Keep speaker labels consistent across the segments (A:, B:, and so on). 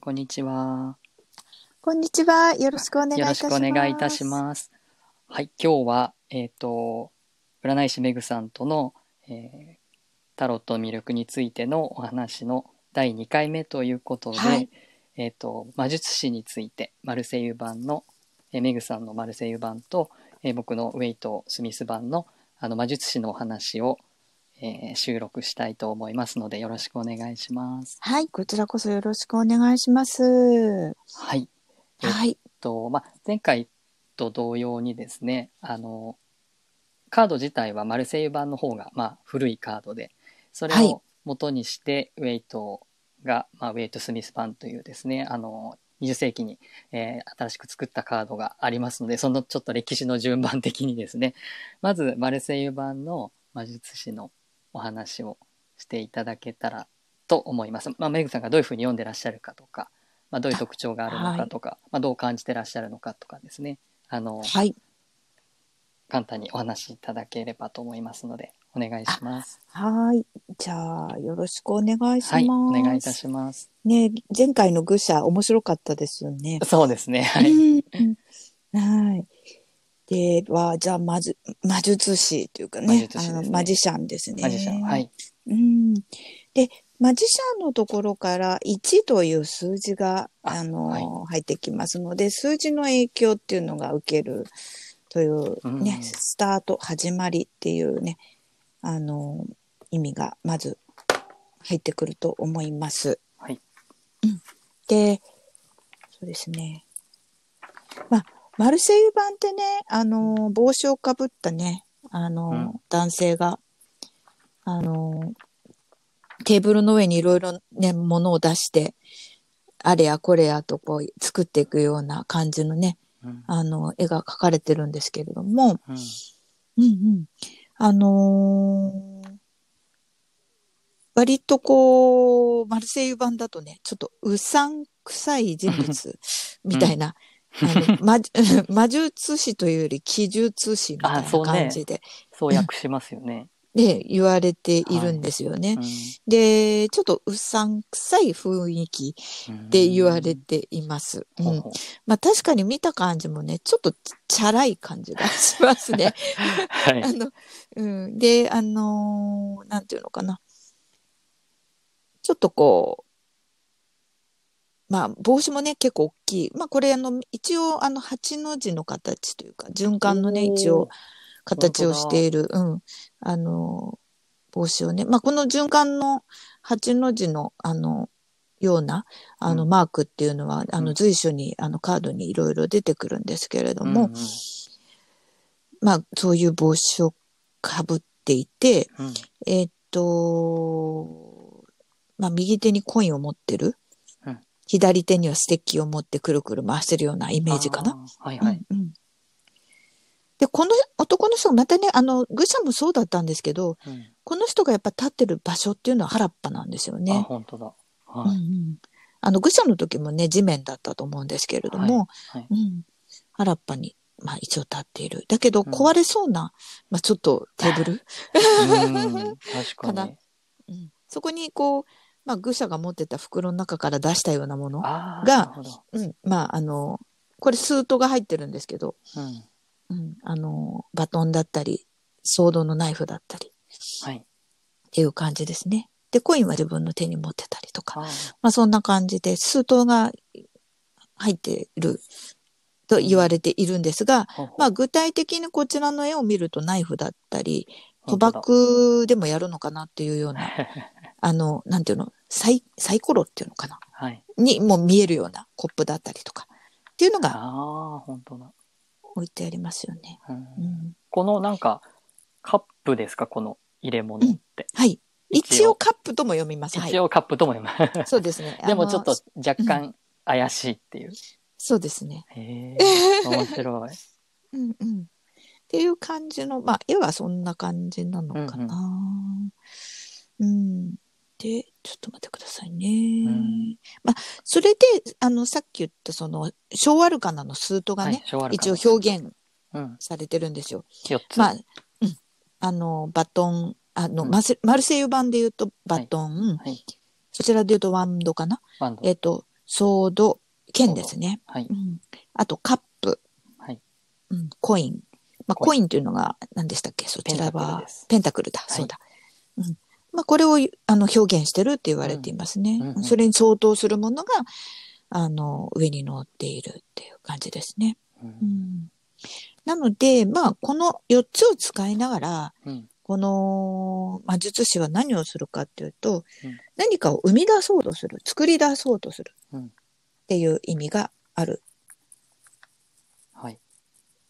A: こんにちは。
B: こんにちは。よろしくお願いい
A: よろ
B: た
A: し
B: し
A: く
B: ま
A: お
B: す。
A: 願いいたします。はい、今日は、えっ、と、占い師めぐさんとの、えータロットの魅力についてのお話の第2回目ということで、
B: はい
A: えっ、と、魔術師について、マルセイユ版の、えーめぐさんのマルセイユ版と、えー僕のウェイト・スミス版のあの魔術師のお話を、えー収録したいと思いますので、よろしくお願いします。
B: はい、こちらこそよろしくお願いします。は
A: はい。え
B: い。
A: えっとまあ、前回と同様にですねあのカード自体はマルセイユ版の方が、まあ、古いカードでそれ
B: はい
A: を元にして、ウェイトが、まあ、ウェイト・スミス版というですねあの20世紀に、えー新しく作ったカードがありますのでそのちょっと歴史の順番的にですねまずマルセイユ版の魔術師のお話をしていただけたらと思います。まあ、メグさんがどういうふうに読んでらっしゃるかとか、まあ、どういう特徴があるのかとか、まあ、どう感じてらっしゃるのかとかですねあの
B: はい。
A: 簡単にお話しいただければと思いますのでお願いします。
B: はい。じゃあ、よろしくお願いします。
A: はいお願いいたします。
B: ね、前回の愚者、面白かったですよね。
A: そうですねはい、
B: うんはい。では、じゃあ、魔術魔術師というかね、
A: 魔術師です
B: あ
A: ね
B: のマジシャンですね。
A: マジシャンはい
B: うん、でマジシャンのところから1という数字が
A: あ
B: あの、
A: はい
B: 入ってきますので数字の影響っていうのが受けるという
A: うん
B: ね、スタート始まりっていうねあの意味がまず入ってくると思います。
A: はい
B: うん、でそうですねまあマルセイユ版ってねあの帽子をかぶったねあの、
A: うん
B: 男性があのテーブルの上にいろいろね、物を出して、あれやこれやとこう作っていくような感じのね、
A: うん
B: あの、絵が描かれてるんですけれども、
A: うん
B: うんうん。あのー割とこう、マルセイユ版だとね、ちょっとうさんくさい人物みたいな、あの魔 魔術師というより奇術師みたい
A: あ
B: な
A: そうね
B: 感じで、
A: そう訳しますよね。
B: で言われているんですよね。で、ちょっとうさんくさい雰囲気って言われています。
A: う
B: うんん。まあ確かに見た感じもね、ちょっとチャラい感じがしますね。
A: はい
B: あの、うん。で、あのーなんていうのかな。ちょっとこう、まあ帽子もね、結構大きい。まあこれあの、一応あの、八の字の形というか、循環のね、
A: おー
B: 一応形をしている、うん。あのー帽子をね。まあこの循環の八の字の、あの、ような、あの、
A: うん
B: マークっていうのは、あ
A: う
B: の、
A: ん
B: 随所に、あの、カードにいろいろ出てくるんですけれど
A: う
B: も、
A: ん
B: まあ、そういう帽子をかぶっていて、
A: うんうん
B: えーっと、まあ、右手にコインを持ってる。
A: うん
B: 左手にはステッキを持ってくるくる回してるようなイメージかな。
A: あーはいはい。
B: うんうんで、この男の人がまたね、あの、愚者もそうだったんですけど、
A: うん
B: この人がやっぱ立ってる場所っていうのは原っぱなんですよね。
A: あ本当だ。
B: うんう
A: はい
B: んあの愚者の時もね地面だったと思うんですけれども、
A: はいはい
B: うん、原っぱに、まあ、一応立っているだけど
A: うん
B: 壊れそうな、まあ、ちょっとテーブル、
A: うん確か
B: か
A: に。
B: うん、そこにこう、まあ、愚者が持ってた袋の中から出したようなもの、
A: あー
B: が
A: なるほど
B: うん、まああのこれスートが入ってるんですけど、
A: うん
B: うん、あのバトンだったりソードのナイフだったり
A: はい。
B: っていう感じですね。でコインは自分の手に持ってたりとか
A: あー
B: まあそんな感じで、数頭が入っていると言われているんですが、
A: ほうほう
B: まあ具体的にこちらの絵を見るとナイフだったり、賭
A: 本当だ
B: 博でもやるのかなっていうよ うな、あの、なんていうの、サイサイコロっていうのかな
A: はい。
B: にも見えるようなコップだったりとか、っていうのが
A: ああ、本当だ。
B: 置いてありますよね。
A: うん
B: うん、
A: このなんか、カップですかこの入れ物って。
B: はい。
A: 一
B: 一
A: 応
B: 応カップとも読みます。は
A: 一
B: い。
A: 応カップとも言います。。
B: そうですね
A: でもちょっ
B: あ
A: と
B: の。
A: 若干怪しいっていう。
B: そうですね。
A: へえ、面白い。
B: うんうん。っていう感じの、まあ、絵はそんな感じなのかな。うん、で、ちょっと待ってくださいね。
A: ん
B: まあ、それで、あの、さっき言った、その、昭和ルカナのスートが
A: はい
B: ね、、
A: 昭和
B: 一応表現
A: うん、
B: されてるんですよ。
A: 4つ。
B: まあ、うん。あの、バトン、あの、
A: うん
B: マセマルセイユ版で言うとバトン、
A: はい、
B: そちらで言うとワンドかな。
A: バンド。
B: えっ、と、ソード、剣ですね。
A: はい。
B: うん、あとカップ、
A: はい
B: うん、コイン、まあ、
A: コ
B: コ
A: イ
B: インというのが何でしたっけそちらはペンタクルだ、
A: い
B: そうだ、うんまあ、これをあの表現してるって言われていますね、
A: うんうんうん
B: それに相当するものがあの上に乗っているっていう感じですね、
A: う
B: うんん、なのでまあこの4つを使いながら
A: うん
B: この魔術師は何をするかっていうと、
A: うん
B: 何かを生み出そうとする作り出そうとする
A: うん
B: っていう意味がある
A: はい。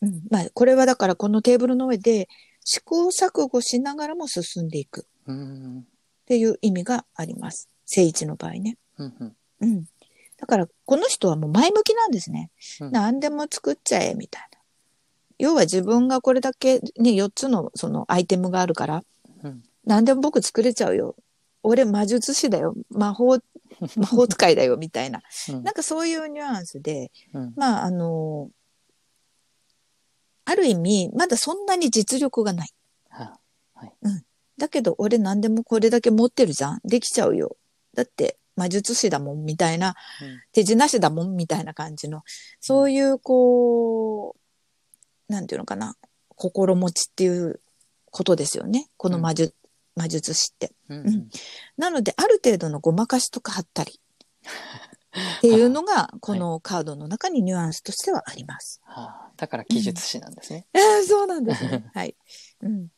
B: うん、まあこれはだからこのテーブルの上で試行錯誤しながらも進んでいくっ
A: うん
B: ていう意味があります。聖一の場合ね。
A: うんうん
B: うん。だからこの人はもう前向きなんですね。
A: うん
B: 何でも作っちゃえみたいな。要は自分がこれだけね4つのそのアイテムがあるから、
A: うん
B: 何でも僕作れちゃうよ。俺魔術師だよ。魔法、魔法使いだよみたいな。
A: うん
B: なんかそういうニュアンスで、
A: うん
B: まああのある意味まだそんなに実力がない
A: は
B: だけど俺何でもこれだけ持ってるじゃんできちゃうよだって魔術師だもんみたいな
A: うん
B: 手品師だもんみたいな感じのそういうこうなんていうのかな心持ちっていうことですよねこの魔術,、魔術師って。
A: うん
B: うんなのである程度のごまかしとか貼った りっていうのがこのカードの中にニュアンスとしてはあります。
A: はあだから技術師なんですね。
B: えーそうなんです ね。はい。うん。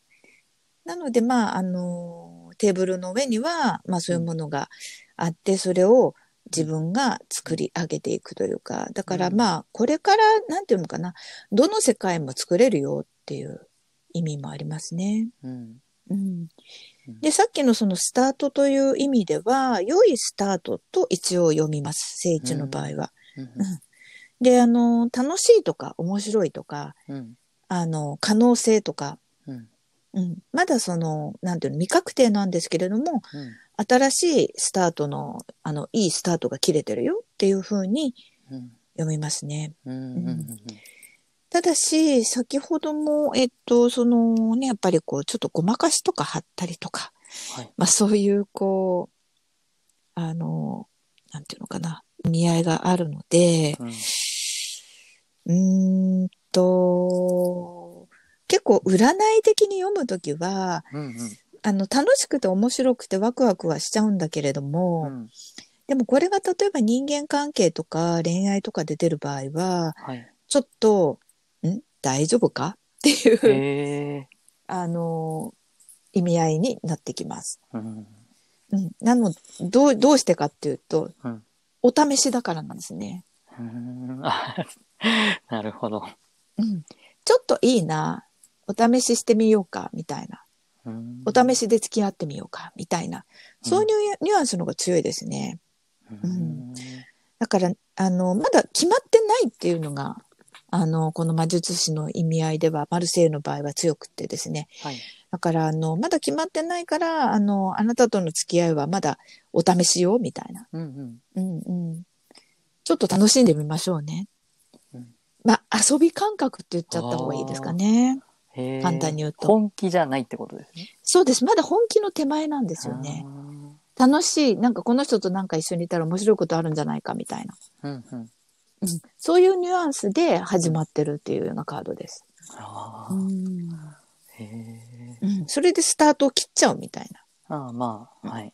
B: なので、まあ、あのーテーブルの上には、まあ、そういうものがあって、それを自分が作り上げていくというか、だから、
A: うん
B: まあ、これから、なんていうのかな、どの世界も作れるよっていう意味もありますね。
A: うん
B: うん
A: うん。
B: で、さっきのそのスタートという意味では、良いスタートと一応読みます。聖一の場合は。
A: うん
B: で、あのー楽しいとか、面白いとか、
A: うん
B: あのー可能性とか、
A: うん
B: うん、まだその、なんていうの、未確定なんですけれども、
A: うん
B: 新しいスタートの、あの、いいスタートが切れてるよっていうふうに
A: うん
B: 読みますね。
A: うんうんうん
B: ただし、先ほども、えっと、そのね、やっぱりこう、ちょっとごまかしとか貼ったりとか、
A: はい
B: まあそういう、こう、あの、なんていうのかな、意味合いがあるので、
A: うん
B: うーんと、結構占い的に読むときは、
A: うん
B: あの楽しくて面白くてワクワクはしちゃうんだけれど
A: うんう
B: も、
A: ん
B: でもこれが例えば人間関係とか恋愛とか出てる場合は
A: はい。
B: ちょっと「ん大丈夫か?」っていう、
A: へえ。
B: あの意味合いになってきます。
A: うん
B: うん、なのどうどうしてかっていうと、
A: うん
B: お試しだからなんですね。
A: うんあなるほど。
B: うん、ちょっといいなお試ししてみようかみたいな
A: うん
B: お試しで付き合ってみようかみたいなそういうニュアンスの方が強いですね。
A: うん
B: だからあのまだ決まってないっていうのがあのこの魔術師の意味合いではマルセイユの場合は強くってですね
A: はい。
B: だからあのまだ決まってないからあのあなたとの付き合いはまだお試しよみたいな、
A: うんうん
B: うんうん、ちょっと楽しんでみましょうね、
A: うん
B: まあ遊び感覚って言っちゃった方がいいですかね
A: へえ
B: 簡単に言うと
A: 本気じゃないってことですね。
B: そうですまだ本気の手前なんですよね楽しいなんかこの人となんか一緒にいたら面白いことあるんじゃないかみたいな、
A: あー。うんうん。
B: うん、そういうニュアンスで始まってるっていうようなカードです
A: あー
B: うん
A: へえ。
B: それでスタートを切っちゃうみたい
A: ああまあはい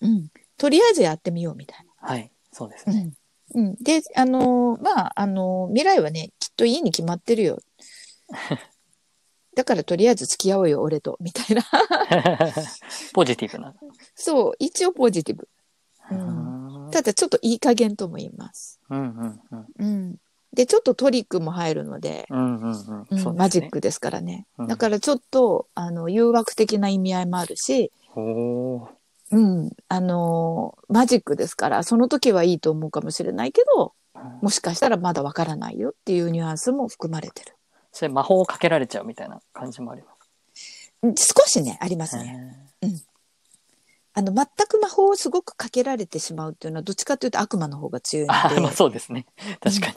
B: な、とりあえずやってみようみたい
A: はいそうです
B: な、
A: ね。
B: うんであのーまああのー未来はねきっといいに決まって るよだからとりあえず付き合おうよ俺とみた いな
A: ポジティブな。
B: そう一応ポジティブう
A: うん
B: ただちょっといい加減とも言います、
A: うんうんうん
B: うん、でちょっとトリックも入るので、
A: うんうんうん
B: う
A: ん。そうですね
B: マジッ。クですからね、
A: うん
B: だからちょっとあの誘惑的な意味合いもあるし、
A: おお。
B: うん、あのーマジックですから、その時はいいと思うかもしれないけど、もしかしたらまだわからないよっていうニュアンスも含まれてる。
A: それ魔法をかけられちゃうみたいな感じもありま
B: うん少しね、ありますすね。
A: ね。
B: あの、全く魔法をすごくかけられてしまうっていうのは、どっちかというと悪魔の方が強いの
A: あ
B: で、
A: まあそうですね。確かに。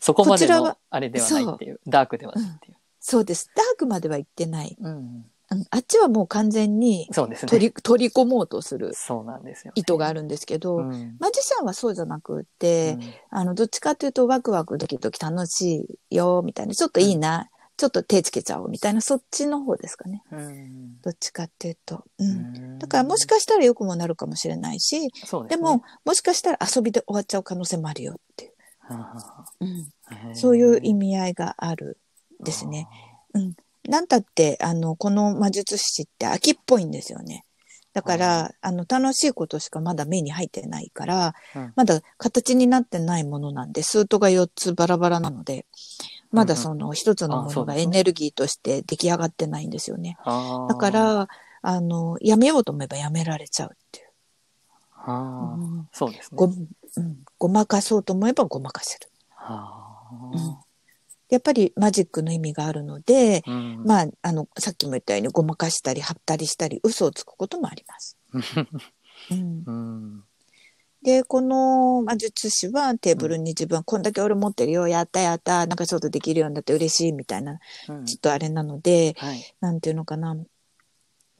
A: そこまで
B: こちら
A: の
B: は
A: あれではないっていう。ダークではないっていう。
B: そうです。ダークまでは行ってない。
A: うん。
B: うんあっちはもう完全に
A: そうです
B: 取
A: ね。
B: り取り込もうとする
A: そうなんですよね、
B: 意図があるんですけど、
A: うん。うん
B: マジシャンはそうじゃなくて、あの、どっちかというとワクワクドキドキ楽しいよ、みたいな。ちょっといいな、ちょっと手つけちゃおう、みたいな、そっちの方ですかね。
A: うん
B: どっちかっていうと。う。
A: うんん
B: だからもしかしたら良くもなるかもしれないし、
A: そう
B: で
A: ですね
B: も、もしかしたら遊びで終わっちゃう可能性もあるよっていう。
A: はあは
B: うん。
A: あはあ
B: そういう意味合いがあるですね。。なんたって、あの、この魔術師って秋っぽいんですよね。だから、あの、楽しいことしかまだ目に入ってないから、
A: うん
B: まだ形になってないものなんで、スートが4つバラバラなので、まだ
A: うんうん
B: その一つのも
A: あそ
B: の
A: うで
B: が
A: すね
B: エネルギーとして出来上がってないんですよね。
A: あー
B: だか、
A: あ
B: ら、あの、やめようと思えばやめられちゃうっていう。
A: あ
B: うん
A: そうですね。
B: ご、うん、ごまかそうと思えばごまかせる。
A: は
B: やっぱりマジックの意味があるので、
A: あうん
B: まあ、あの、さっきも言ったように、ごまかしたり、はったりしたり、嘘をつくこともあります。うん
A: うん
B: で、この魔術師はテーブルに自分、こんだけ俺持ってるよ、やったやった、なんかちょっとできるようになって嬉しいみたいな、
A: うん
B: ちょっとあれなので、
A: はい。
B: なんていうのかな。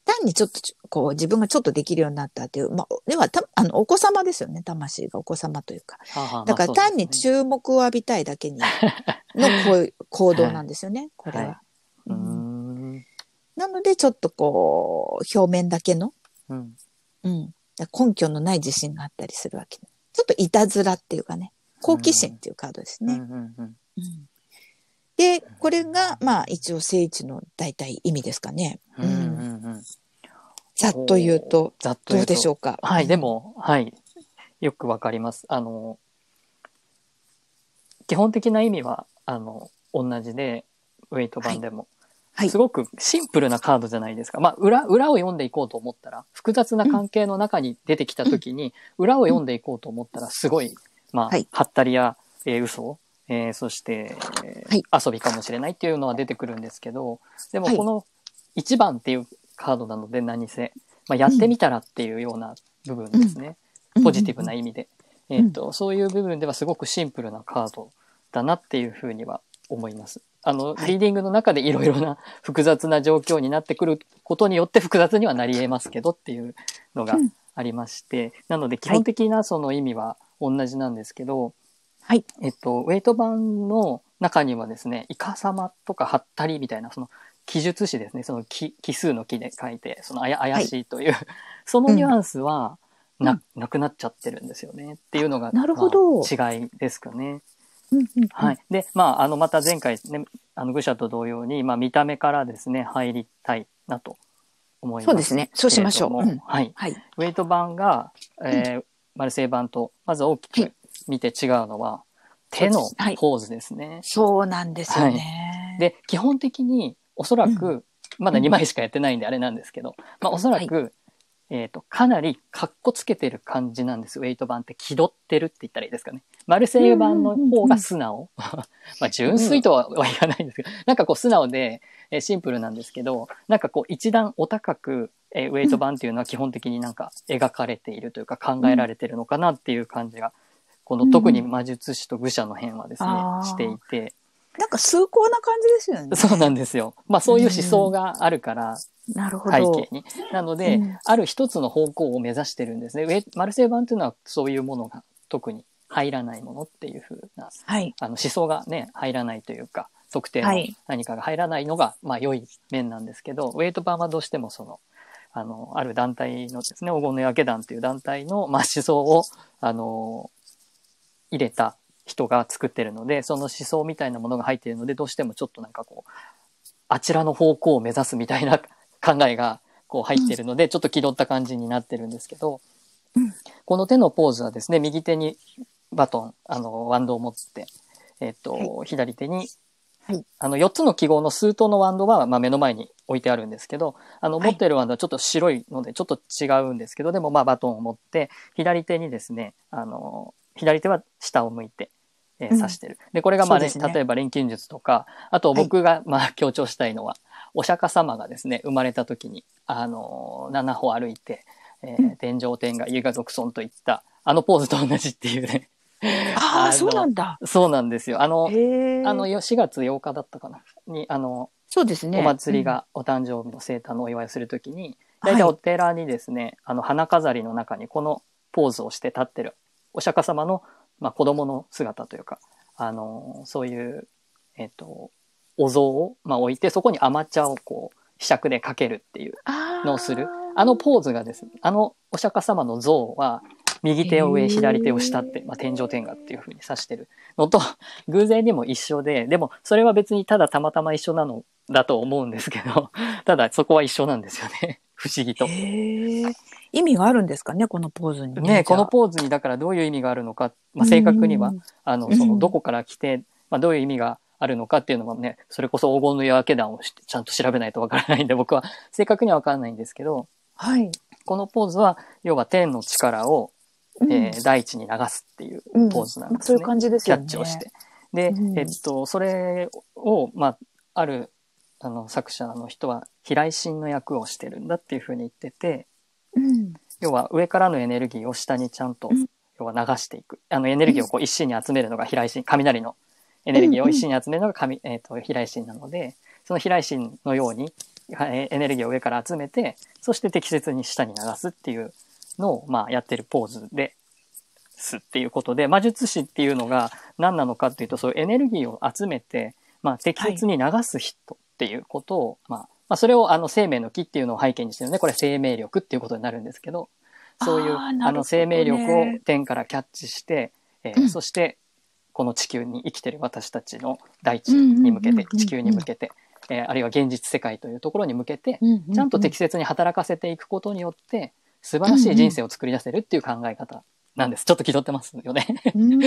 B: 単にちょっと、こう、自分がちょっとできるようになったっていう、まあ、では、た、あの、お子様ですよね、魂がお子様というか。
A: はあはあ
B: だから
A: まあ
B: 単に注目を浴びたいだけに、のこ ういう行動なんですよね、これは。
A: は
B: う
A: そうんですね
B: なので、ちょっとこう、表面だけの、
A: うーんうん
B: うん、根拠のない自信があったりするわけ。ちょっといたずらっていうかね、好奇心っていうカードです
A: うん
B: ね。
A: うん
B: うんで、これが、まあ、一応、聖地の大体意味ですかね。
A: うんうんうんうん
B: ざっと言うと、
A: ざっと
B: ど
A: 言
B: うでしょ
A: う
B: うか。
A: と。はい、でも、はい。よくわかります。あの、基本的な意味は、あの、同じで、ウェイト版でも。
B: はい
A: すごくシンプルなカードじゃないですか。まあ、裏、裏を読んでいこうと思ったら、複雑な関係の中に出てきた時に、裏を読んでいこうと思ったら、すごい、まあ、
B: はい
A: はったりや、えー嘘、えーそして、えー遊びかもしれないっていうのは出てくるんですけど、でも
B: はい
A: この1番っていうカードなので何せ、まあ、やってみたらっていうような部分ですね。ポジティブな意味で。えーっと、そういう部分ではすごくシンプルなカードだなっていうふうには思います。あの、
B: はい
A: リーディングの中でいろいろな 複雑な状況になってくることによって複雑にはなり得ますけどっていうのが
B: うん
A: ありまして、なので基本的なその意味は同じなんですけど、
B: はい。
A: えっと、ウェイト版の中にはですね、イカ様とかハッタリみたいな、その、記述詞ですね、その奇奇数の木で書いて、そのあや怪しいという、 そのニュアンスはな,、なくなっちゃってるんですよねっていうのが、
B: なるほど
A: まあ違いですかね。
B: うんうんうん
A: はい。で、まあ、あの、また前回ね、あの、愚者と同様に、まあ、見た目からですね、入りたいなと思います。
B: そうですね。そうしましょう。
A: けれ
B: う
A: ども
B: ん
A: はい。
B: はい。
A: ウェイト版が、えーマルセイ版と、まず大きく見て違うのは、手の
B: はい
A: ポーズですね。
B: そうなんですよね。
A: で、基本的に、おそら
B: う
A: く、まだ2枚しかやってないんであれなんですけど、まあ、おそらく、えっ、と、かなり、かっこつけてる感じなんです。ウェイト版って、気取ってるって言ったらいいですかね。マルセイユ版の方が素直。 まあ、純粋とは言わないんですけど、なんかこう、素直で、えーシンプルなんですけど、なんかこう、一段お高く、えーウェイト版っていうのは基本的になんか描かれているというか、考えられてるのかなっていう感じが、この、特に魔術師と愚者の辺はですね、
B: あー
A: していて、
B: なんか崇高な感じですよね。
A: そうなんですよ。まあそういう思想があるから、
B: なるほ
A: 背
B: ど
A: 景。に。なので、
B: うん
A: ある一つの方向を目指してるんですね。ウェマルセイ版というのはそういうものが特に入らないものっていうふうな、
B: はい。
A: あの思想がね、入らないというか、特定
B: は
A: の
B: い
A: 何かが入らないのが、まあ良い面なんですけど、ウェイト版はどうしてもその、あの、ある団体のですね、黄金の夜明け団という団体の、まあ、思想を、あの、入れた人が作ってるので、その思想みたいなものが入っているので、どうしてもちょっとなんかこう、あちらの方向を目指すみたいな 考えがこう入ってるので、ちょっと気取った感じになってるんですけど、この手のポーズはですね、右手にバトン、あの、ワンドを持って、えっと、左手に、
B: はい
A: あの、4つの記号の数頭のワンドは、まあ、目の前に置いてあるんですけど、あの、
B: はい
A: 持ってるワンドはちょっと白いので、ちょっと違うんですけど、でも、まあ、バトンを持って、左手にですね、あの、左手は下を向いて、えー
B: うん
A: 指してる。で、これが、まあ、
B: そ
A: ね
B: うですね
A: 例えば錬金術とか、あと僕が、まあ、強調したいのは、お釈迦様がですね、生まれた時に、あの、7歩歩いて、えー
B: うん
A: 天上天下、家が独尊といった、あのポーズと同じっていうね。
B: あ
A: あ
B: あ、
A: の
B: そうなんだ。
A: そうなんですよ。あの、
B: へえ。
A: あの、よ4月8日だったかな。に、あの、
B: そうですね。
A: お祭りがお誕生日の生誕のお祝いをするときに、
B: うん、
A: 大体
B: は
A: お寺にですね、あの花飾りの中にこのポーズをして立ってるお釈迦様の、まあ、子供の姿というか、あのそういう、えっとお像を、まあ、置いてそこに甘茶をこうひしゃくでかけるっていう
B: い
A: のをするあのポーズがですねあのお釈迦様の像は右手を上
B: へー
A: 左手を下って、まあ、天上天下っていうふうに指してるのと 偶然にも一緒ででもそれは別にただたまたま一緒なのだと思うんですけど ただそこは一緒なんですよね 不思議と。
B: へえ意味があるんですかね、このポーズに
A: ね、この
B: ー
A: ポーズにだからどういう意味があるのか、まあ、正確には。あ
B: う
A: の
B: ん
A: そのどこから来て、まあ、どういう意味があるのかっていうのもねそれこそ黄金の夜明け団をしてちゃんと調べないとわからないんで僕は正確にはわからないんですけど
B: はい。
A: このポーズは要は天の力を、えー大地に流すっていう
B: うん
A: ポーズなんですね
B: そういう感じです
A: キ
B: よ
A: ャ
B: ね。
A: ッチをして。。で、
B: うん
A: えっと、それを、まあ、あるあの作者の人は平井心の役をしてるんだっていうふうに言ってて。
B: うん。
A: 要は上からのエネルギーを下にちゃんと
B: うん
A: 要は流していくあのエネルギーをこう一心に集めるのが飛来心雷のエネルギーを一心に集めるのが神、えー、と飛来心なのでその飛来心のようにはいエネルギーを上から集めてそして適切に下に流すっていうのを、まあ、やってるポーズですっていうことで魔術師っていうのが何なのかっていうとそういうエネルギーを集めて、まあ、適切に流す人っていうことを、まあまあ、それをあの生命の木っていうのを背景にしてるのでこれ生命力っていうことになるんですけどそういう
B: あー
A: あ、
B: なるほどね
A: の生命力を天からキャッチして、えー
B: うん
A: そしてこの地球に生きてる私たちの大地に向け
B: うんうんうん
A: て
B: うんうん
A: 地球に向けて、えーあるいは現実世界というところに向けて
B: う
A: ちゃんと適切に働かせていくことによって素晴らしい人生を作り出せるっていう考え方なんです。ちょっと気取ってますよね。
B: うん。
A: か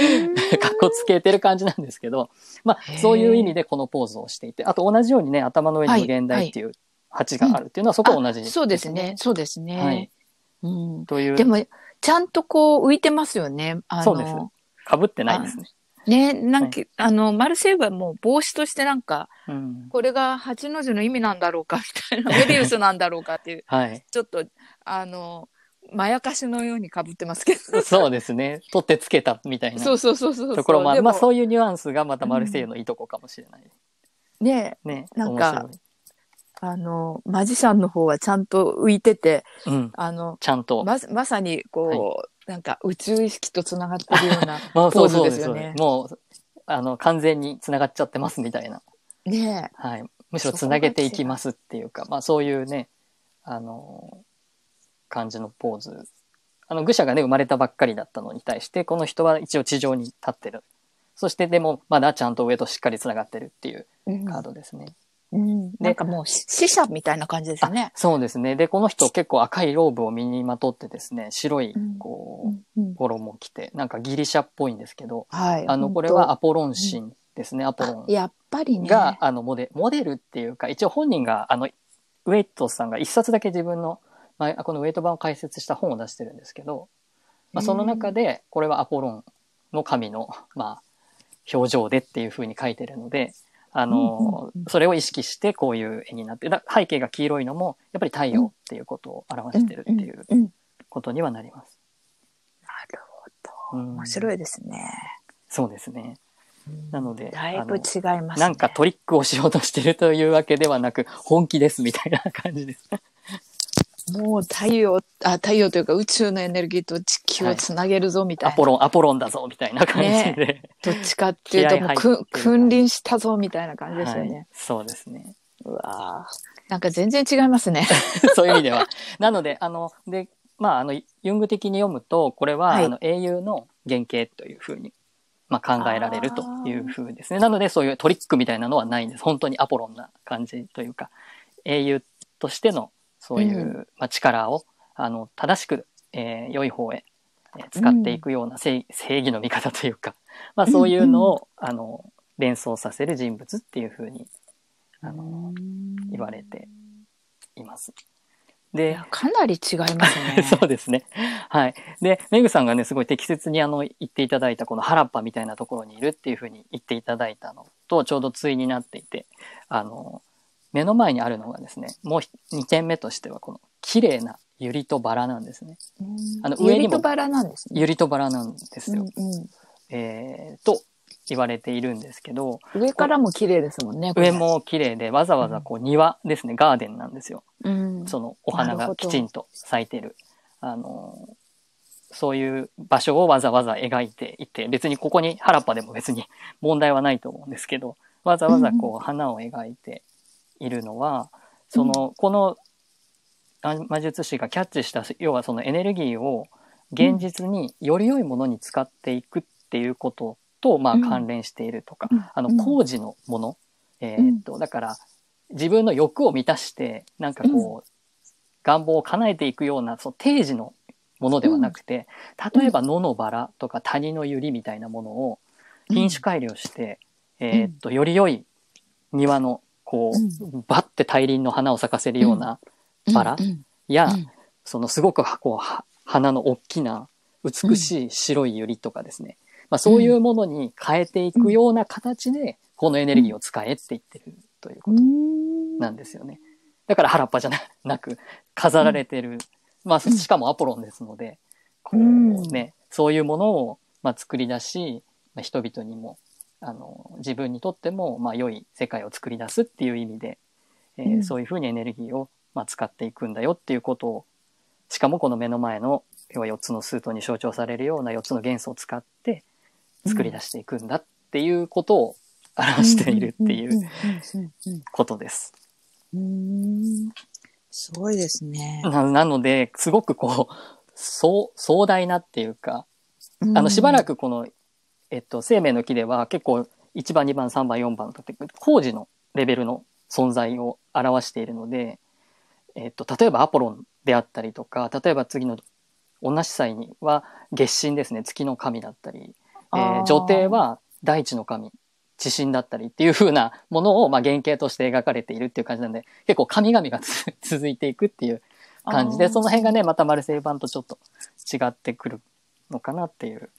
A: っこつけてる感じなんですけど、ま
B: へ
A: あ、
B: ー
A: そういう意味でこのポーズをしていてあと同じようにね頭の上に無限大っていう鉢があるっていうのはそこは同じ、
B: あそうですね。そうですね。
A: はい
B: うん。
A: という
B: でも、ちゃんとこう浮いてますよね。あの
A: そうですかぶってないですね。
B: ね、なんか、あの、マルセイユはもう帽子としてなんか、
A: うん
B: これが八の字の意味なんだろうかみた いな、メビウスなんだろうかっていう、
A: はい、
B: ちょっと、あの、まやかしのようにかぶってますけど。
A: そうですね 取ってつけたみたいな
B: そうそうそうそうそう。
A: ところもあ
B: で
A: るまあそういうニュアンスがまたマルセイユのいいとこかもしれない、
B: ね、
A: ね
B: なんか
A: 面
B: あの、マジシャンの方はちゃんと浮いてて、
A: 白い、うん、
B: あの、
A: ちゃんと、
B: まさまさにこう、なんか宇宙意識とつながってるよ うな
A: まあそう
B: ポーズ
A: そう
B: ですよね
A: そうですもうあの完全につながっちゃってますみたいな
B: ね
A: はい、むしろつなげていきますっていうか、まあ、そういうね、あのー感じのポーズあの愚者がね生まれたばっかりだったのに対してこの人は一応地上に立ってるそしてでもまだちゃんと上としっかりつながってるっていう
B: うん
A: カードですね。
B: うん、なんかもうし死者みたいな感じですよね。
A: そうですねでこの人結構赤いローブを身にまとってですね白いこう、
B: うんうん
A: 衣を着てなんかギリシャっぽいんですけど
B: はい。
A: あのこれはアポロン神ですね、アポロン
B: 本当、やっぱりね。
A: が、あのモデモデルっていうか一応本人があのウェイトさんが一冊だけ自分の、まあ、このウェイト版を解説した本を出してるんですけど、まあ、その中でこれはアポロンの神の、まあ、表情でっていうふうに書いてるのであ
B: うん
A: の
B: うんうん
A: それを意識してこういう絵になってだ背景が黄色いのもやっぱり太陽っていうことを表してるっていう
B: うんうんうん
A: ことにはなります。
B: なるほど。
A: うん
B: 面白いですね。
A: そうですねなので
B: だいぶ違いますね。
A: なんかトリックをしようとしてるというわけではなく本気ですみたいな感じです。
B: もう太陽あ太陽というか宇宙のエネルギーと地球をつなげるぞみたい
A: ア
B: な、
A: ポロン、アポロンだぞみたいな感じで。
B: どっちかっていうとも
A: 気合
B: う
A: 入って
B: く
A: る
B: 君臨したぞみたいな感じですよ
A: は
B: ね。
A: い、そうですね。
B: うわーなんか全然違いますね。
A: そういう意味では。なので、あの、で、まあ、あの、ユング的に読むと、これは、
B: はい
A: あの、英雄の原型というふうに、まあ、考えられるというふうですね。なので、そういうトリックみたいなのはないんです。本当にアポロンな感じというか、英雄としての、そういう、
B: うん
A: まあ、力を、あの、正しく、えー良い方へ、えー使っていくような正,、正義の味方というか、 まあ、そういうのを、あの、連想させる人物っていうふうに、あの、 言われています。
B: い
A: で、。
B: やかなり違いますね
A: そうですね。はい。で、メグさんがね、すごい適切にあの、言っていただいた、この原っぱみたいなところにいるっていうふうに言っていただいたのと、ちょうど対になっていて、あの、目の前にあるのがですね、もう2点目としては、この、綺麗なユリとバラなんですね。
B: うん
A: あの上にも
B: ユリとバラなんですね。
A: ユリとバラなんですよ。
B: うんうん
A: えーと、言われているんですけど、
C: 上からも綺麗ですもんね。これ
A: 上。も綺麗でわざわざこう庭ですね、ガーデンなんですよ。
C: うん。
A: そのお花
C: なる
A: が
C: ほど
A: きちんと咲いてる。あの、そういう場所をわざわざ描いていて、別にここに原っぱでも別に 問題はないと思うんですけど、わざわざこう花を描いているのは、その、このあ魔術師がキャッチした、要はそのエネルギーを現実により良いものに使っていくっていうことと、ま
C: う
A: あ
C: ん
A: 関連しているとか、
C: うん
A: あ
C: うん
A: の工事のもの、えーっと、だから自分の欲を満たして、なんかこう、願望を叶えていくような、その定時のものではなくて、例えば野のバラとか谷の百合みたいなものを品種改良して、えーっと、より良い庭の、こう、バッて大輪の花を咲かせるようなバラ
C: うん
A: や、
C: うん
A: そのすごくはこうは花の大きな美しい白いユリとかですね、まあ、そういうものに変えていくような形でこのエネルギーを使えって言ってるということなんですよね。だから原っぱじゃななく飾られてる、まあ、そしかもアポロンですので、こうね、そういうものをまあ作り出し、まあ、人々にもあの自分にとってもまあ良い世界を作り出すっていう意味で、えー
C: うん
A: そういうふうにエネルギーをまあ使っていくんだよっていうことをしかもこの目の前の要は4つの数頭に象徴されるような4つの元素を使って作り出していくんだっていうことを表しているってい
C: んん
A: う
C: うんうん
A: ことです。
B: うん。すごいですね。
A: な なのですごくこうそう壮大なっていうかあ
B: う
A: の
B: ん
A: しばらくこの、えっと、生命の木では結構1番2番3番4番とって工事のレベルの存在を表しているので、えっと、例えばアポロンであったりとか例えば次の女司祭には月神ですね月の神だったり、え
C: あー
A: ー女帝は大地の神地神だったりっていう風なものを、まあ、原型として描かれているっていう感じなんで結構神々がつ 続いていくっていう感じ
C: あ
A: で
C: ー
A: その辺がねまたマルセイユ版とちょっと違ってくるのかなっていう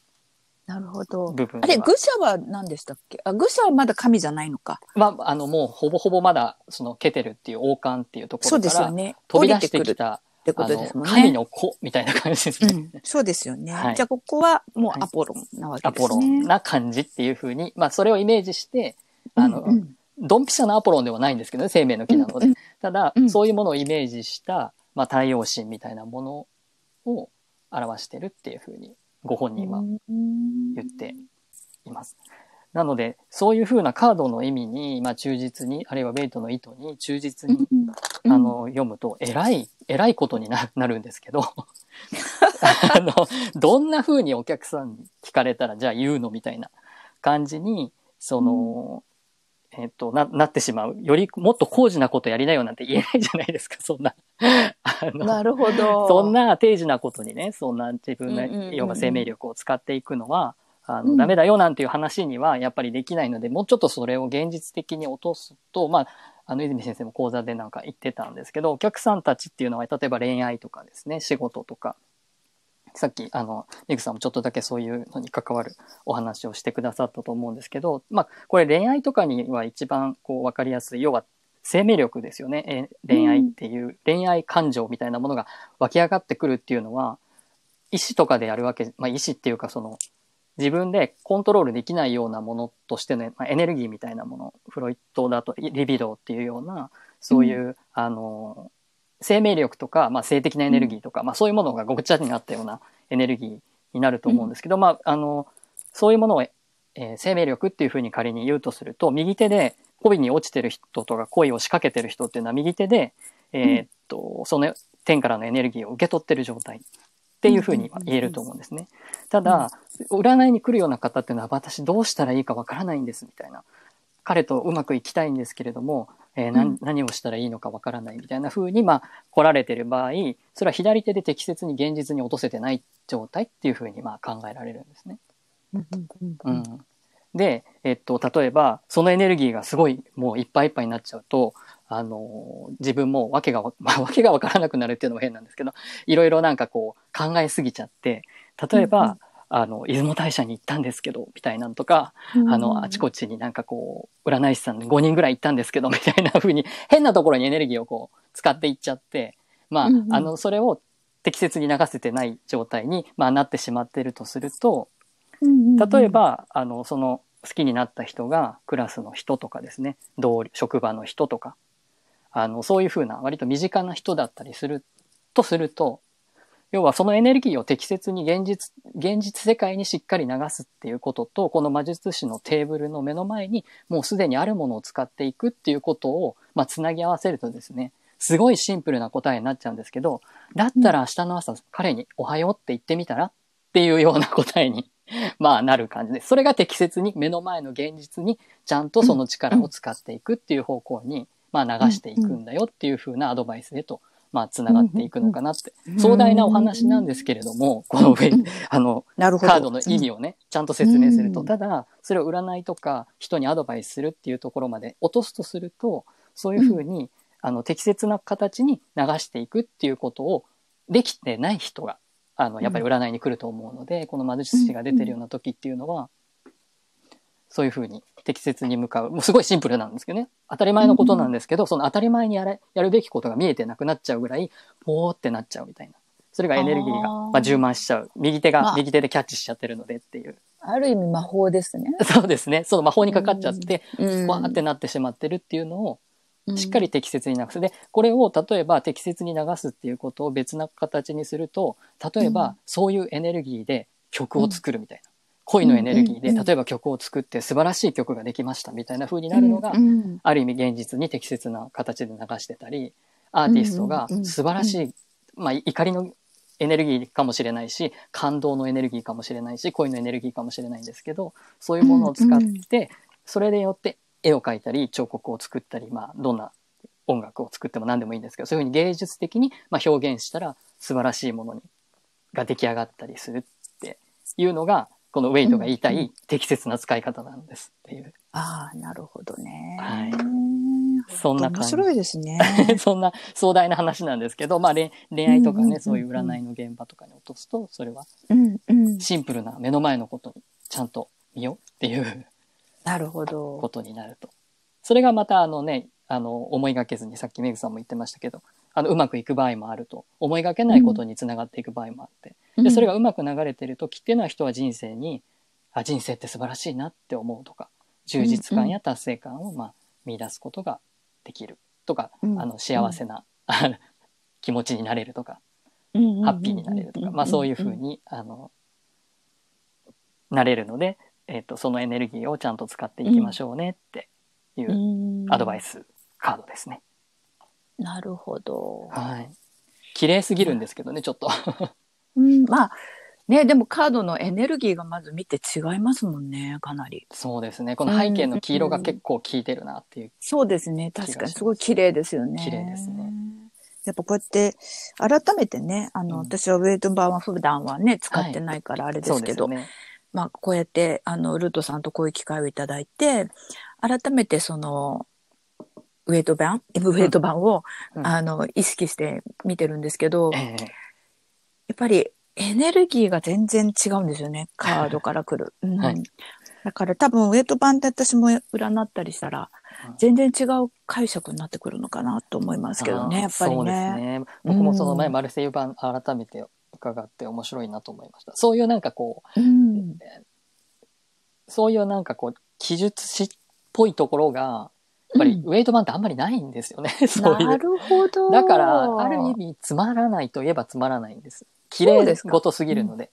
C: なるほど。
A: 部分
B: あ
A: で
B: れ、
A: は
B: 愚者は何でしたっけあ、愚者はまだ神じゃないのか。
A: まあ、あのもうほぼほぼまだそのケテルっていう王冠っていうとこ
B: そう
A: ろ
B: で
A: か
B: すよ
A: ら
B: ね。
A: 飛び出して
B: 降り
A: き
B: てくる
A: た
B: ってこ
A: あ
B: とです
A: の
B: もんね。
A: 神の子みたいな感じです
B: う
A: ね、
B: ん、そうですよね。
A: はい
B: じゃあ、ここはもうアポロンなわ け
A: ア
B: ですね。
A: ポロンな感じっていうふうに、まあ、それをイメージしてあの、
C: うんうん
A: ドンピシャなアポロンではないんですけどね生命の木なので、
C: うんう
A: ただ、
C: うん
A: そういうものをイメージした、まあ、太陽神みたいなものを表してるっていうふうにご本人は言っています。なのでそういうふうなカードの意味に、まあ、忠実にあるいはウェイトの意図に忠実に、
C: うん
A: あの読むとえらいえらいことにななるんですけど あのどんなふうにお客さんに聞かれたらじゃあ言うのみたいな感じにその、えっとななってしまうよりもっと高次なことやりなよなんて言えないじゃないですかそんな。あの
C: なるほど。
A: そんな定時なことにねそんな自分の
C: うんうんうんうん
A: 要は生命力を使っていくのは、あ
C: う
A: の
C: ん
A: ダメだよなんていう話にはやっぱりできないのでもうちょっとそれを現実的に落とすとまああの泉先生も講座でなんか言ってたんですけどお客さんたちっていうのは例えば恋愛とかですね仕事とかさっきあのメグさんもちょっとだけそういうのに関わるお話をしてくださったと思うんですけど、まあ、これ恋愛とかには一番こう分かりやすい要は生命力ですよねえ恋愛っていう、恋愛感情みたいなものが湧き上がってくるっていうのは意思とかでやるわけ、まあ、意思っていうかその自分でコントロールできないようなものとしての、まあ、エネルギーみたいなものフロイトだとリビドーっていうようなそういう、あの生命力とか、まあ、性的なエネルギーとか、まあ、そういうものがごっちゃになったようなエネルギーになると思うんですけど、まあ、あのそういうものを、えー生命力っていうふうに仮に言うとすると右手で恋に落ちてる人とか恋を仕掛けてる人っていうのは右手で、えーっとその天からのエネルギーを受け取ってる状態っていうふうには言えると思うんですね。ただ占いに来るような方っていうのは私どうしたらいいかわからないんですみたいな彼とうまくいきたいんですけれども、えーな
C: うん
A: 何をしたらいいのかわからないみたいなふうに、まあ、来られてる場合それは左手で適切に現実に落とせてない状態っていうふうにまあ考えられるんですね。
C: うんうん
A: う
C: うん
A: ん、で、えっと、例えばそのエネルギーがすごいもういっぱいいっぱいになっちゃうと、あの自分もわけがわ、 まあ、わけがわからなくなるっていうのも変なんですけどいろいろなんかこう考えすぎちゃって例えば、
C: うんうん
A: あの出雲大社に行ったんですけどみたいなのとか、あのあちこちになんかこう占い師さん5人ぐらい行ったんですけど みたいな風に変なところにエネルギーをこう使っていっちゃって、まあ
C: うんうん
A: あのそれを適切に流せてない状態に、まあ、なってしまっているとすると、
C: うんうんうん
A: 例えば、あのその好きになった人がクラスの人とかですね同僚職場の人とかあのそういうふうな割と身近な人だったりするとすると要はそのエネルギーを適切に現実現実世界にしっかり流すっていうこととこの魔術師のテーブルの目の前にもうすでにあるものを使っていくっていうことを、まあ、つなぎ合わせるとですねすごいシンプルな答えになっちゃうんですけどだったら明日の朝彼に「おはよう」って言ってみたらっていうような答えにまあなる感じです。それが適切に目の前の現実にちゃんとその力を使っていくっていう方向に、まあ、流していくんだよっていう風なアドバイスへと、まあ、つながっていくのかなって、
C: うん
A: 壮大なお話なんですけれども、この上
B: うん
A: あの
B: なるほど。
A: カードの意味をね、ちゃんと説明すると、
C: うん
A: ただそれを占いとか人にアドバイスするっていうところまで落とすとするとそういうふうに、あの適切な形に流していくっていうことをできてない人があのやっぱり占いに来ると思うので、この魔術師が出てるような時っていうのは、そういうふうに適切に向かうもうすごいシンプルなんですけどね当たり前のことなんですけど、その当たり前にやれやるべきことが見えてなくなっちゃうぐらいぼーってなっちゃうみたいな。それがエネルギーが
C: あー
A: まあ、充満しちゃう右手
C: ま
A: が
C: あ
A: 右手でキャッチしちゃってるのでっていう、
C: ある意味魔法ですね。
A: そうですねその魔法にかかっちゃって
C: うん
A: わーってなってしまってるっていうのをしっかり適切に流すでこれを例えば適切に流すっていうことを別な形にすると例え
C: う
A: ば
C: ん
A: そういうエネルギーで曲を作るみたいな、恋のエネルギーで
C: うんうんうん
A: 例えば曲を作って素晴らしい曲ができましたみたいな風になるのが
C: うんうん
A: ある意味現実に適切な形で流してたりアーティストが
C: うんうんうん
A: 素晴らしい、まあ、怒りのエネルギーかもしれないし感動のエネルギーかもしれないし恋のエネルギーかもしれないんですけどそういうものを使って、
C: うん
A: それによって絵を描いたり彫刻を作ったり、まあ、どんな音楽を作っても何でもいいんですけどそういうふうに芸術的にまあ表現したら素晴らしいものにが出来上がったりするっていうのがこのウェイトが言いた
C: うんう
A: い適切な使い方なんですっていう
C: ああ、なるほどね。
A: はい
C: うん
A: そんな感
B: 面
A: じ
B: 白いですね。
A: そんな壮大な話なんですけど、まあ、恋恋愛とかね、
C: うんうんうんうん
A: そういう占いの現場とかに落とすとそれは
C: うん。
A: シンプルな目の前のことにちゃんと見ようっていう
C: なるほ
A: こ
C: ど。
A: とになるとそれがまたあのねあの思いがけずにさっきメグさんも言ってましたけどあのうまくいく場合もあると思いがけないことにつながっていく場合もあって、でそれがうまく流れてる時っていうのは人は人生にあ人生って素晴らしいなって思うとか充実感や達成感をまあ見出すことができるとか、
C: うん
A: あの幸せな、 気持ちになれるとか
C: うん、
A: ハッピーになれるとか、まあ、そういうふうにあのなれるので、えっとそのエネルギーをちゃんと使っていきましょうねっていうアドバイ
C: ス。
A: スカードですね。
C: なるほど。
A: はい綺麗すぎるんですけどねちょっと
C: うん、まあ、ね、でもカードのエネルギーがまず見て違いますもんね、かなり。
A: そうですねこの背景の黄色が結構効いてるなっていう
C: そうですね、確かにすごい綺麗ですよね。
A: 綺麗ですね。
B: やっぱこうやって改めてね、あの、
A: うん
B: 私はウェイト版は普段はね、使ってないからあれですけど、
A: そうですよね
B: まあこうやって、あの、ルートさんとこういう機会をいただいて、改めてその、ウェイト版、ウェイト版を、
A: うん
B: あの、意識して見てるんですけど、や
A: ええ
B: っぱりエネルギーが全然違うんですよね、カードから来る。うん
A: はい
B: だから多分ウェイト版って私も占ったりしたら
A: うん、
B: 全然違う解釈になってくるのかなと思いますけどね、
A: あー
B: やっぱり
A: そうです
B: ね。
A: ね僕もその前
B: うん
A: マルセイユ版改めて伺って面白いなと思いましたそういうなんかこう
B: うん
A: そういうなんかこう記述師っぽいところがやっぱりウェイト版ってあんまりないんですよ ね、そうい
C: な
A: う
C: るほど。
A: だからある意味つまらないといえばつまらないんです綺麗
C: そうですか
A: ごとすぎるので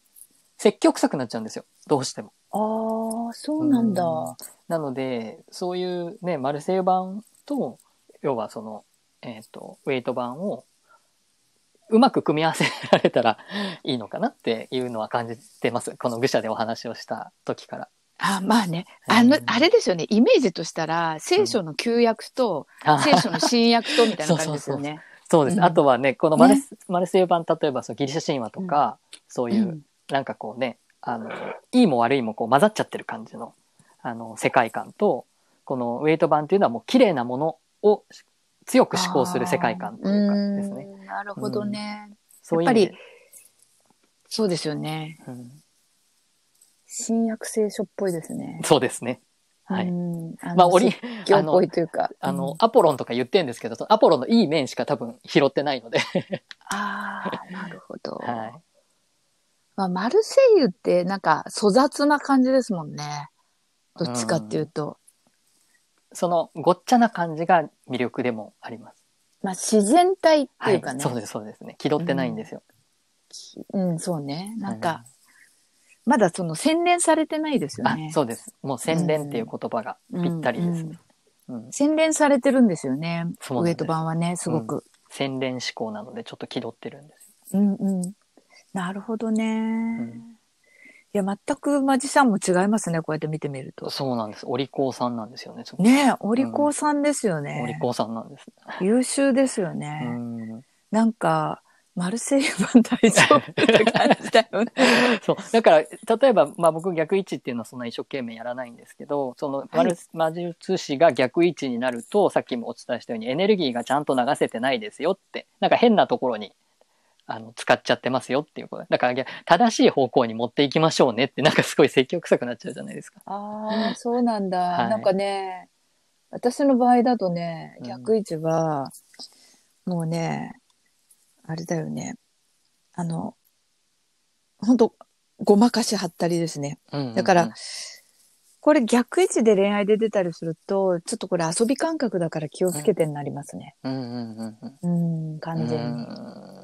A: 積極臭くなっちゃうんですよどうしても
C: ああ、そうなんだ。
A: うんなのでそういうねマルセイユ版と要はその、えー、とウェイト版をうまく組み合わせられたら いいのかなっていうのは感じてますこの愚者でお話をした時から。
C: あまあね、あの
A: う、ん
C: あれですよね、イメージとしたら、聖書の旧約と、
A: あ
C: 聖書の新約とみたいな感じですよね。
A: そうです、
C: うん
A: あとはねこのマル,、マルセイユ版例えばそのギリシャ神話とか、そういう、
C: うん
A: なんかこうねあのいいも悪いもこう混ざっちゃってる感じのあの世界観とこのウェイト版っていうのはもう綺麗なものを強く思考する世界観というかですね。
C: うんなるほどね。
A: そういう意味で
C: やっそうですよね。
A: うん
C: 新約聖書っぽいですね。
A: そうですね。はい。
C: うんあ
A: まあ、
C: の、
A: オリ
C: 説、教っぽいというか。
A: あ
C: う
A: の
C: ん、
A: アポロンとか言ってんですけど、そのアポロンのいい面しか多分拾ってないので。
C: ああ、なるほど。
A: はい。
C: まあ、マルセイユってなんか粗雑な感じですもんね。
B: どっちかっていうと。
A: そのごっちゃな感じが魅力でもあります。
B: まあ、自然体って
A: は
B: いう
A: い
B: か、ね。
A: そうです、そうですね。気取ってないんですよ。
B: うん、そうね。なんか、まだその洗練されてないです
A: うん、
B: よ
A: あ
B: ね。
A: そうです。もう洗練っていう言葉がぴったりですね。うん
B: 洗練されてるんですよね。
A: そうなんです
B: 上と版はね、すごく。
A: 洗練思考なのでちょっと気取ってるんですよ。
B: うん、うん、なるほどね。
A: ん
B: いや、全くマジシャンも違いますね、こうやって見てみると。
A: そうなんです。お利口さんなんですよね。
B: ねえ、お利口さんですよね
A: お。利口さんなんです。
B: 優秀ですよ
A: う
B: ね。
A: ん
B: なんか、マルセイユ版大丈夫って感じだよね。
A: そう。だから、例えば、まあ僕逆位置っていうのはそんな一生懸命やらないんですけど、そのマル、魔術師が逆位置になると、さっきもお伝えしたようにエネルギーがちゃんと流せてないですよって、なんか変なところに、あの、使っちゃってますよっていうこと。だから逆、正しい方向に持っていきましょうねって、なんかすごい積極臭くなっちゃうじゃないですか。
B: ああ、そうなんだ。
A: はい
B: なんかね、私の場合だとね
A: う、ん
B: 逆位置は、もうね、あれだよね。あの、
D: 本当ごまかしはったりですね。
A: うんうんうん
D: だから、
B: これ逆位置で恋愛で出たりすると、ちょっとこれ遊び感覚だから気をつけてになりますね。
A: うんうんうんうん。
B: うん、完全に。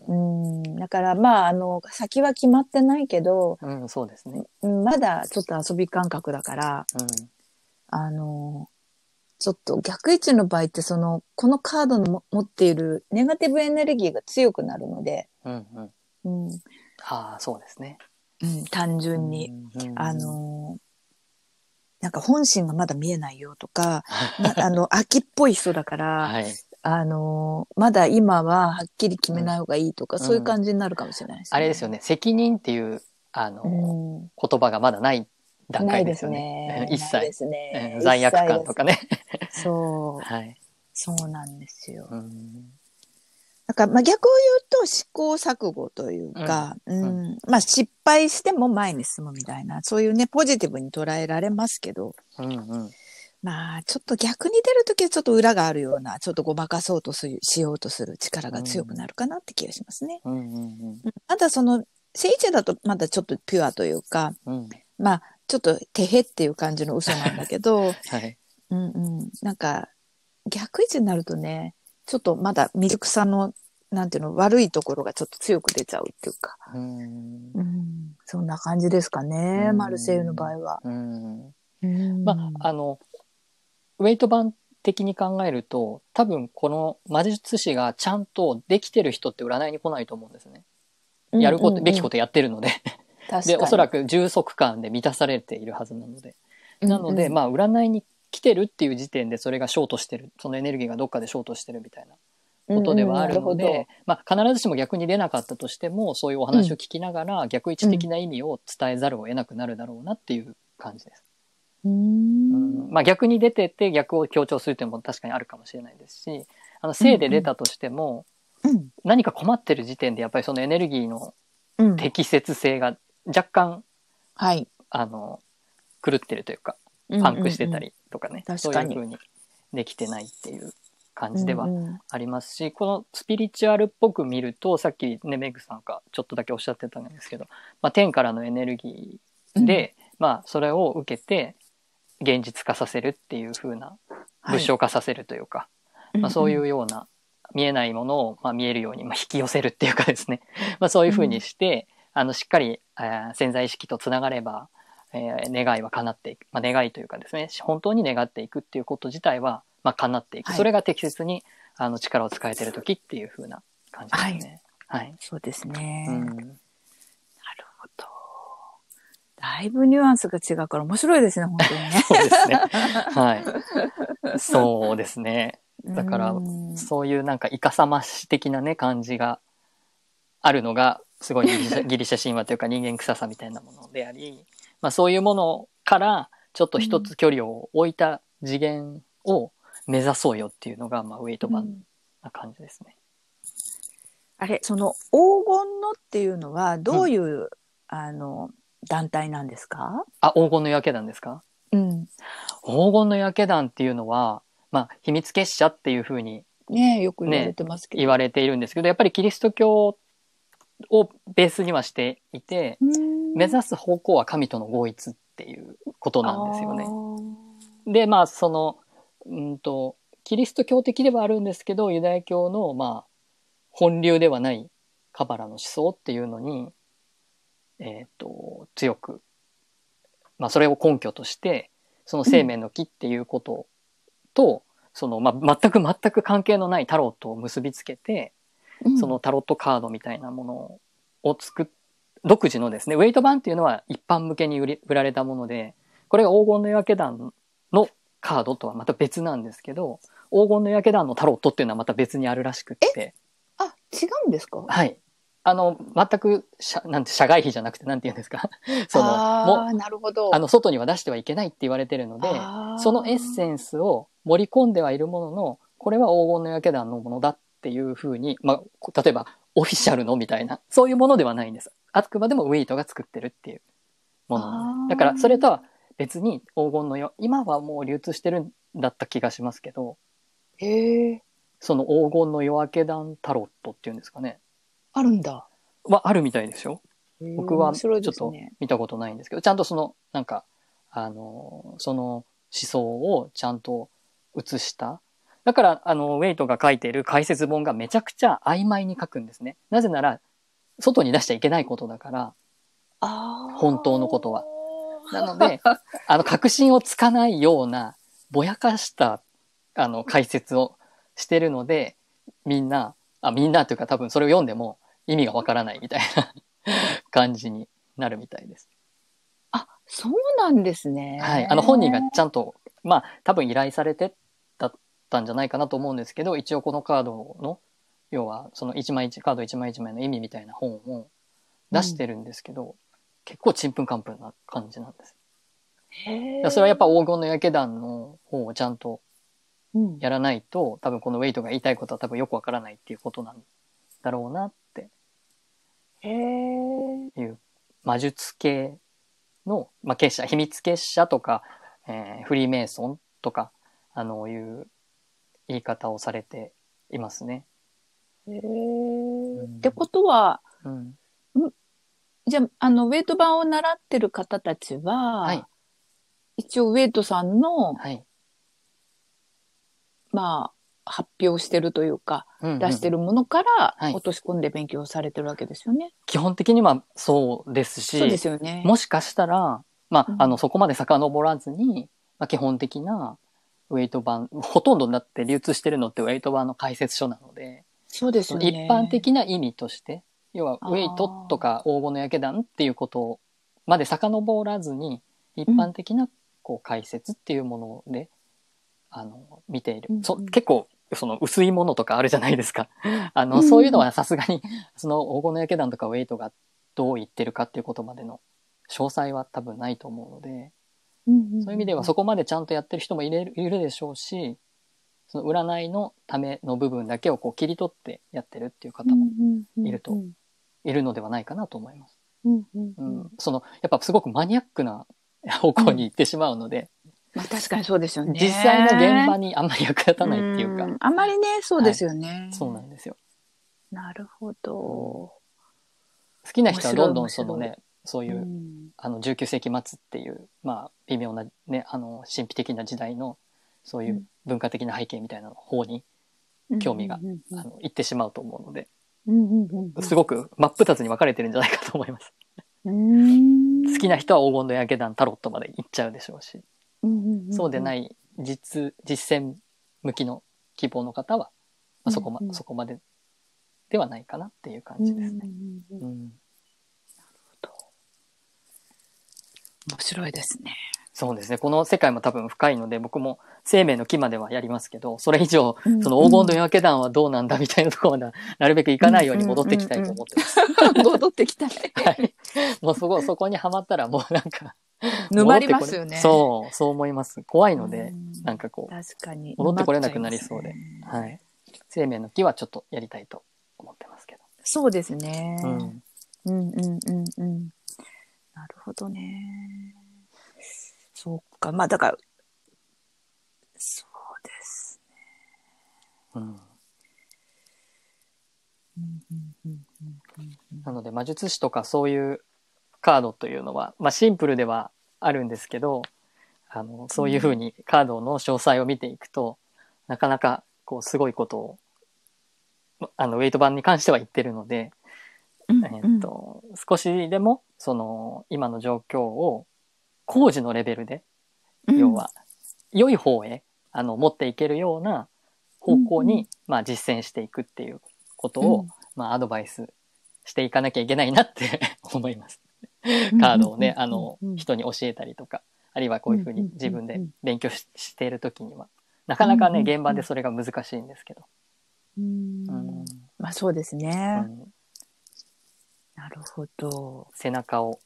A: う
B: うん、だからまあ、あの、先は決まってないけど、
A: んうん、そうですね。
B: うんまだちょっと遊び感覚だから、
A: うん。
B: あの、ちょっと逆位置の場合って、その、このカードのも持っているネガティブエネルギーが強くなるので、
A: うんうん。
B: うん、
A: ああ、そうですね。
B: うん単純に、
A: うんうん
B: あ、の、なんか本心がまだ見えないよと か、まあの、秋っぽい人だから、
A: はい。
B: あの、まだ今ははっきり決めない方がいいとか、
A: うん
B: そういう感じになるかもしれないです
A: あれですよね。責任っていう、あの、
B: うん
A: 言葉がまだない段
B: ない
A: 階
B: で
A: です
B: す
A: よね。。
B: ね
A: 一
B: ないで
A: 切、
B: すね
A: うん 罪悪感とかね。
B: 一切ですそ う。
A: はい。
B: そうなんですよ。
A: うん
D: だから、まあ、逆を言うと試行錯誤というか、うんまあ、失敗しても前に進むみたいな、そういうね、ポジティブに捉えられますけど、
A: うんうん。
D: まあ、ちょっと逆に出るときはちょっと裏があるような、ちょっとごまかそうとするしようとする力が強くなるかなって気がしますね。
A: うんうん
D: まだその、聖地だとまだちょっとピュアというか、
A: うん。うん。
D: まあ、ちょっとてへっていう感じの嘘なんだけど、
A: はい。
D: うんうん、なんか逆位置になるとねちょっとまだミルクさんのなんていうの悪いところがちょっと強く出ちゃうっていうか、
A: うん。
B: うん、そんな感じですかね、
A: うん
B: マルセイユの場合は。。
A: うん。
D: うん
A: まあ、あの、ウェイト版的に考えると、多分この魔術師がちゃんとできてる人って占いに来ないと思うんですね。やること、べきこととやってるので。で、おそらく充足感で満たされているはずなので。
B: く
A: なので、まあ、占いに来てるっていう時点でそれがショートしてるそのエネルギーがどっかでショートしてるみたいなことではあるので、まあ、必ずしも逆に出なかったとしてもそういうお話を聞きながら、逆位置的な意味を伝えざるを得なくなるだろうなっていう感じです。
B: うん
A: うんまあ、逆に出てって逆を強調するというのも確かにあるかもしれないですしあの性で出たとしても、
D: うん
A: 何か困ってる時点でやっぱりそのエネルギーの
D: うん
A: 適切性が若干
D: はい
A: あの狂ってるというか
D: パ
A: パンクしてたりとかね、
D: うんうん
A: そうい
D: 確か
A: う
D: に
A: 風にできてないっていう感じではありますし、このスピリチュアルっぽく見るとさっきねメグさんがちょっとだけおっしゃってたんですけど、まあ、天からのエネルギーで、まあ、それを受けて現実化させるっていう風な物証化させるというか、まあ、そういううような見えないものを、まあ、見えるように、まあ、引き寄せるっていうかですね、 まあ、そういう風にして、あのしっかり、えー潜在意識とつながれば、えー願いは叶っていく、まあ、願いというかですね本当に願っていくっていうこと自体は、まあ、叶っていく、
D: はい
A: それが適切にあの力を使えてる時っていう風な感じですね。はい、
B: そうですね、
A: う
B: なる
A: ん。
B: ほど。だいぶニュアンスが違うから面白いですね、本当にね
A: そうですね。 はい。そうですね。 だから
B: うん
A: そういうなんかイカサマし的なね感じがあるのがすごいギリシャギリシャ神話というか人間臭さみたいなものであり、まあ、そういうものからちょっと一つ距離を置いた次元を目指そうよっていうのが、まあ、ウェイト版な感じですね。
B: あれ、その黄金のっていうのはどういう、あの団体なんですか？
A: あ黄金の夜明け団ですか
B: うん。
A: 黄金の夜明け団っていうのは、まあ、秘密結社っていうふうに
B: ねえよく言われてますけど。
A: 言われているんですけどやっぱりキリスト教をベースにはしていて
B: うん
A: 目指す方向は神との合一っっていうことなんですよね
B: あ。
A: でまあそのうんとキリスト教的ではあるんですけどユダヤ教のまあ本流ではないカバラの思想っていうのに、えー、と強く、まあ、それを根拠としてその生命の木っていうことと、そのまあ、全く全く関係のないタロットを結びつけて、
B: ー
A: その、タロットカードみたいなものを作っ独自のですねウェイト版っていうのは一般向けに売り売られたものでこれが黄金の夜明け団のカードとはまた別なんですけど黄金の夜明け団のタロットっていうのはまた別にあるらしくって
B: あ、違うんですか
A: はいあの全く社なんて社外費じゃなくてなんて言うんですか その
B: あ
A: も
B: あ、なるほど。
A: あの外には出してはいけないって言われてるので
B: あー
A: そのエッセンスを盛り込んではいるものの、これは黄金の夜明け団のものだっていうふうに、まあこ、例えばオフィシャルのみたいな、そういうものではないんです。あくまでもウェイトが作ってるっていうものなので。だ
B: あー
A: から、それとは別に黄金の夜、今はもう流通してるんだった気がしますけど、
B: へえ、
A: その黄金の夜明け団タロットっていうんですかね。
B: あるんだ。
A: はあるみたいですよ。僕は
B: 面
A: ち
B: 白
A: ょっ
B: いです
A: と
B: ね。
A: 見たことないんですけど、ちゃんとその、なんか、あの、その思想をちゃんと写した。だから、あの、ウェイトが書いている解説本がめちゃくちゃ曖昧に書くんですね。なぜなら、外に出しちゃいけないことだから、
B: ああ。
A: 本当のことは。
B: な
A: な
B: の
A: ので、あの、確信をつかないような、ぼやかした、あの、解説をしてるので、みんな、あ、みんなというか多分それを読んでも意味がわからないみたいな 感じになるみたいです。
B: あ、そうなんですね。
A: はい、あの本人がちゃんと、まあ、多分依頼されてだったんじゃないかなと思うんですけど一応このカードの要はその一枚一カード一枚一枚の意味みたいな本を出してるんですけど、結構ちんぷんかんぷんな感じなんです。
B: へ
A: だ
B: ー
A: からそれはやっぱ、黄金の焼け団の方をちゃんと
B: うん
A: やらないと多分このウェイトが言いたいことは多分よくわからないっていうことなんだろうなって
B: へえ。
A: いう魔術系の、まあ、結社秘密結社とか、えーフリーメイソンとかあのいう言い方をされていますね。
B: へ
A: う
B: え。
A: ん
B: ってことは、
A: うん、
B: じゃあ、あの、ウェイト版を習ってる方たちは、
A: はい
B: 一応ウェイトさんの、
A: はい、
B: まあ、発表してるというか、
A: うんうん
B: 出してるものから
A: はい
B: 落とし込んで勉強されてるわけですよね。
A: 基本的にはそうですし
B: そうですよね。
A: もしかしたら、まあ
B: うん
A: あのそこまで遡らずに、まあ、基本的なウェイト版ほとんどだって流通してるのってウェイト版の解説書なので。
B: そうですよね。
A: 一般的な意味として要は
B: あー
A: ウェイトとか黄金の焼け団っていうことまで遡らずに一般的なこう解説っていうもので、あの見ている、
B: うんうん
A: そ結構その薄いものとかあるじゃないですか あの、
B: うんうん
A: そういうのはさすがに その黄金の焼け団とかウェイトがどう言ってるかっていうことまでの詳細は多分ないと思うので。
B: うんんん
A: そういう意味ではそこまでちゃんとやってる人もいれるいるでしょうしその占いのための部分だけをこう切り取ってやってるっていう方もいると
B: うん
A: いるのではないかなと思います。
B: うんうんう
A: うんん、そのやっぱすごくマニアックな方向に行ってしまうので、
B: まあ確かにそうですよね。
A: 実際の現場にあんまり役立たないっていうか、
B: んあまりね、そうですよね。
A: そうなんですよ。
B: なるほど。
A: 好きな人はどんどんその
B: 面
A: ねそういう、
B: うん
A: あの19世紀末っていうまあ微妙なねあの神秘的な時代のそういう文化的な背景みたいな方に、興味が
B: うんうん
A: あの行ってしまうと思うので。
B: うんうんうん
A: すごく真っ二つに分かれてるんじゃないかと思います。
B: うん。
A: 好きな人は黄金の焼け団タロットまで行っちゃうでしょうし、そうでないい実実践向きの希望の方は、まあ、そこま、
B: うんうん
A: そこまでではないかなっていう感
B: うんう
A: じ
B: ん
A: です
B: うん
A: ね。
B: うん
A: う
B: 面
A: ん、
B: 白いですね。
A: そうですね。この世界も多分深いので、僕も生命の木まではやりますけど、それ以上、
B: うん
A: その黄金の夜明け団はどうなんだみたいなところまではなるべく行かないように戻ってきたいと思ってます。
B: 戻ってきたね。
A: はい。もうそこ、そこにはまったらもうなんか、
B: 沼りますよね。う
A: そう、そう思います。怖い
B: ん。
A: ので、なんかこう、
B: 確かに。
A: 戻ってこれなくなりそうで
B: 沼っちゃいますね
A: はい。生命の木はちょっとやりたいと思ってますけ
B: そうですね。
A: ど。うん。
B: うんうんうんうん。なるほどね。そうか。まあだから、そうです。
A: うん、
B: うんうんうんうんうんうん
A: なので、魔術師とかそういうカードというのは、まあシンプルではあるんですけどあのそういうふうにカードの詳細を見ていくとなかなかこうすごいことをあのウェイト版に関しては言ってるので、
E: うん
A: えっと少しでもその今の状況を工事のレベルで
E: うん
A: 要は良い方へあの持っていけるような方向に、
E: うんう
A: まあ、実践していくっていうことを、まあ、アドバイスしていかなきゃいけないなって 思います。カードをね、あの、人に教えたりとかあるいはこういうふうに
E: うんうんうんうん
A: 自分で勉強ししている時にはなかなかね
E: うんうんうん
A: 現場でそれが難しいんですけど。
E: うん
A: うん
B: まあそうですね。
A: うん
B: なるほど。
A: 背中を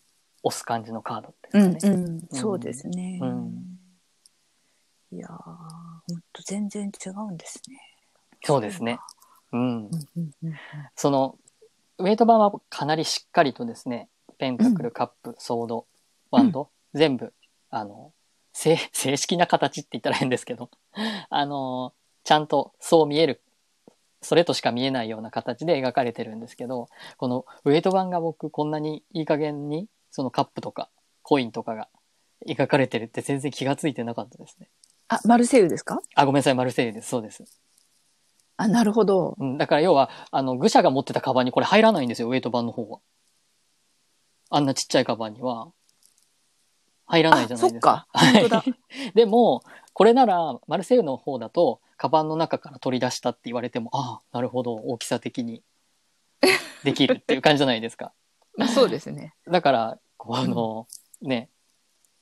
A: 押す感じのカードって
B: うん
A: ね、
B: うん、そうですね。
A: うん
B: いやー、ほんと全然違うんですね。
A: そうですね。うん、
B: うんうん
A: そのウェイト版はかなりしっかりとですねペンタクルカップソードワンド、全部あの正 正式な形って言ったら変ですけど あのちゃんとそう見えるそれとしか見えないような形で描かれてるんですけどこのウェイト版が僕こんなにいい加減にそのカップとかコインとかが描かれてるって全然気がついてなかったですね。
B: あ、マルセイユですか
A: あごめんなさいマルセイユですそうです。
B: あ、なるほど。
A: うん、だから要は、あの、愚者が持ってたカバンにこれ入らないんですよ、ウェイト版の方は。あんなちっちゃいカバンには。入らないじゃな
B: あ、そ
A: い
B: っ
A: ですか。
B: か。本当だ。
A: でも、これなら、マルセイユの方だと、カバンの中から取り出したって言われても、ああ、なるほど、大きさ的に。できるっていう感じじゃないですか。
B: まあそうですね。
A: だから、この、ね、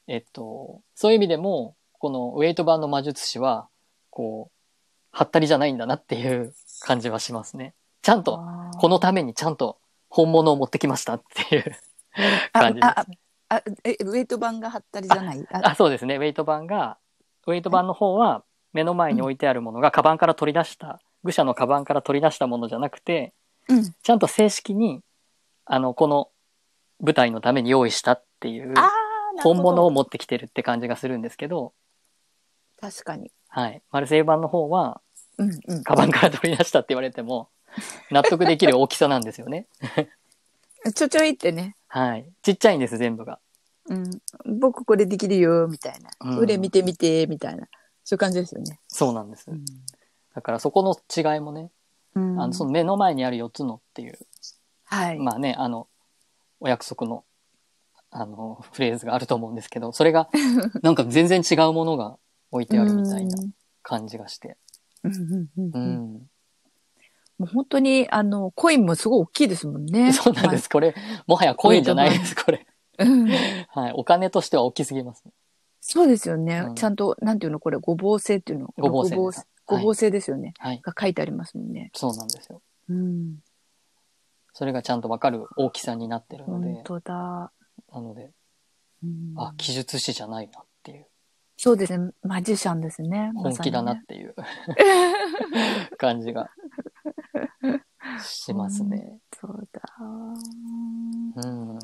A: えっと、そういう意味でも、このウェイト版の魔術師は、こう、はったりじゃないんだなっていう感じはしますね。ちゃんと、
B: あー
A: このためにちゃんと本物を持ってきましたっていう感じです、ね
B: あああ、え、ウェイト版が貼ったりじゃない。
A: あ
B: あ、
A: そうですね。ウェイト版が、ウェイト版の方は目の前に置いてあるものがカバンから取り出した、愚者のカバンから取り出したものじゃなくて、
B: うん
A: ちゃんと正式に、あの、この舞台のために用意したっていう、
B: あーなるほど
A: 本物を持ってきてるって感じがするんですけど、
B: 確かに。
A: はい。マルセイユ版の方は、
B: うんうん。
A: カバンから取り出したって言われても、納得できる大きさなんですよね。
B: ちょちょいってね。
A: はい。ちっちゃいんです、全部が。
B: うん。僕これできるよ、みたいな。
A: うん
B: 腕見てみて、みたいな。そういう感じですよね。
A: そうなんです。だからそこの違いもね、
B: うん
A: あのその目の前にある4つのっていう、
B: はい。
A: まあね、あの、お約束の、あの、フレーズがあると思うんですけど、それ が、なんか全然違うものが置いてあるみたいな感じがして。
B: うんうんうん
A: う
B: う
A: ん。
B: んもう本当に、あの、コインもすごい大きいですもんね。
A: そうなんです。これ、もはやコインじゃないです、これ。
B: まあ。うん
A: はい。お金としては大きすぎます。
B: そうですよね
A: う。ん
B: ちゃんと、なんていうの、これ、ごぼう製っていうの。
A: ごぼう製です
B: ごぼごぼう製ですよね。
A: はい。
B: が書いてありますもんね。
A: そうなんですよ。
B: うん。
A: それがちゃんとわかる大きさになってるの
B: 本
A: で、
B: 当だ。
A: なので、
B: うん
A: あ、記述師じゃないなっていう、
B: そうですね。マジシャンですね。
A: 本気だな
B: まさ
A: っていう感じがします
B: に
A: ね。
B: ね。そうだ。
A: うん、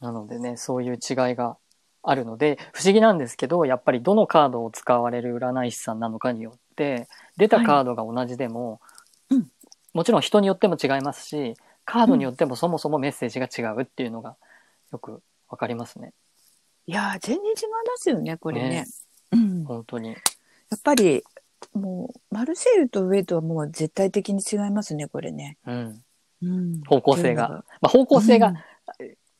A: なのでねそういう違いがあるので不思議なんですけどやっぱりどのカードを使われる占い師さんなのかによって出たカードが同じでも、
B: はいうん
A: もちろん人によっても違いますしカードによってもそもそもメッセージが違うっていうのがよくわかりますね
B: いやー、全然違いますよね、これ
A: ね
B: ね。うん。
A: 本当に。
B: やっぱり、もう、マルセイユとウェイトはもう絶対的に違いますね、これね。
A: うん
B: うん
A: 方向性が。まあ、方向性が、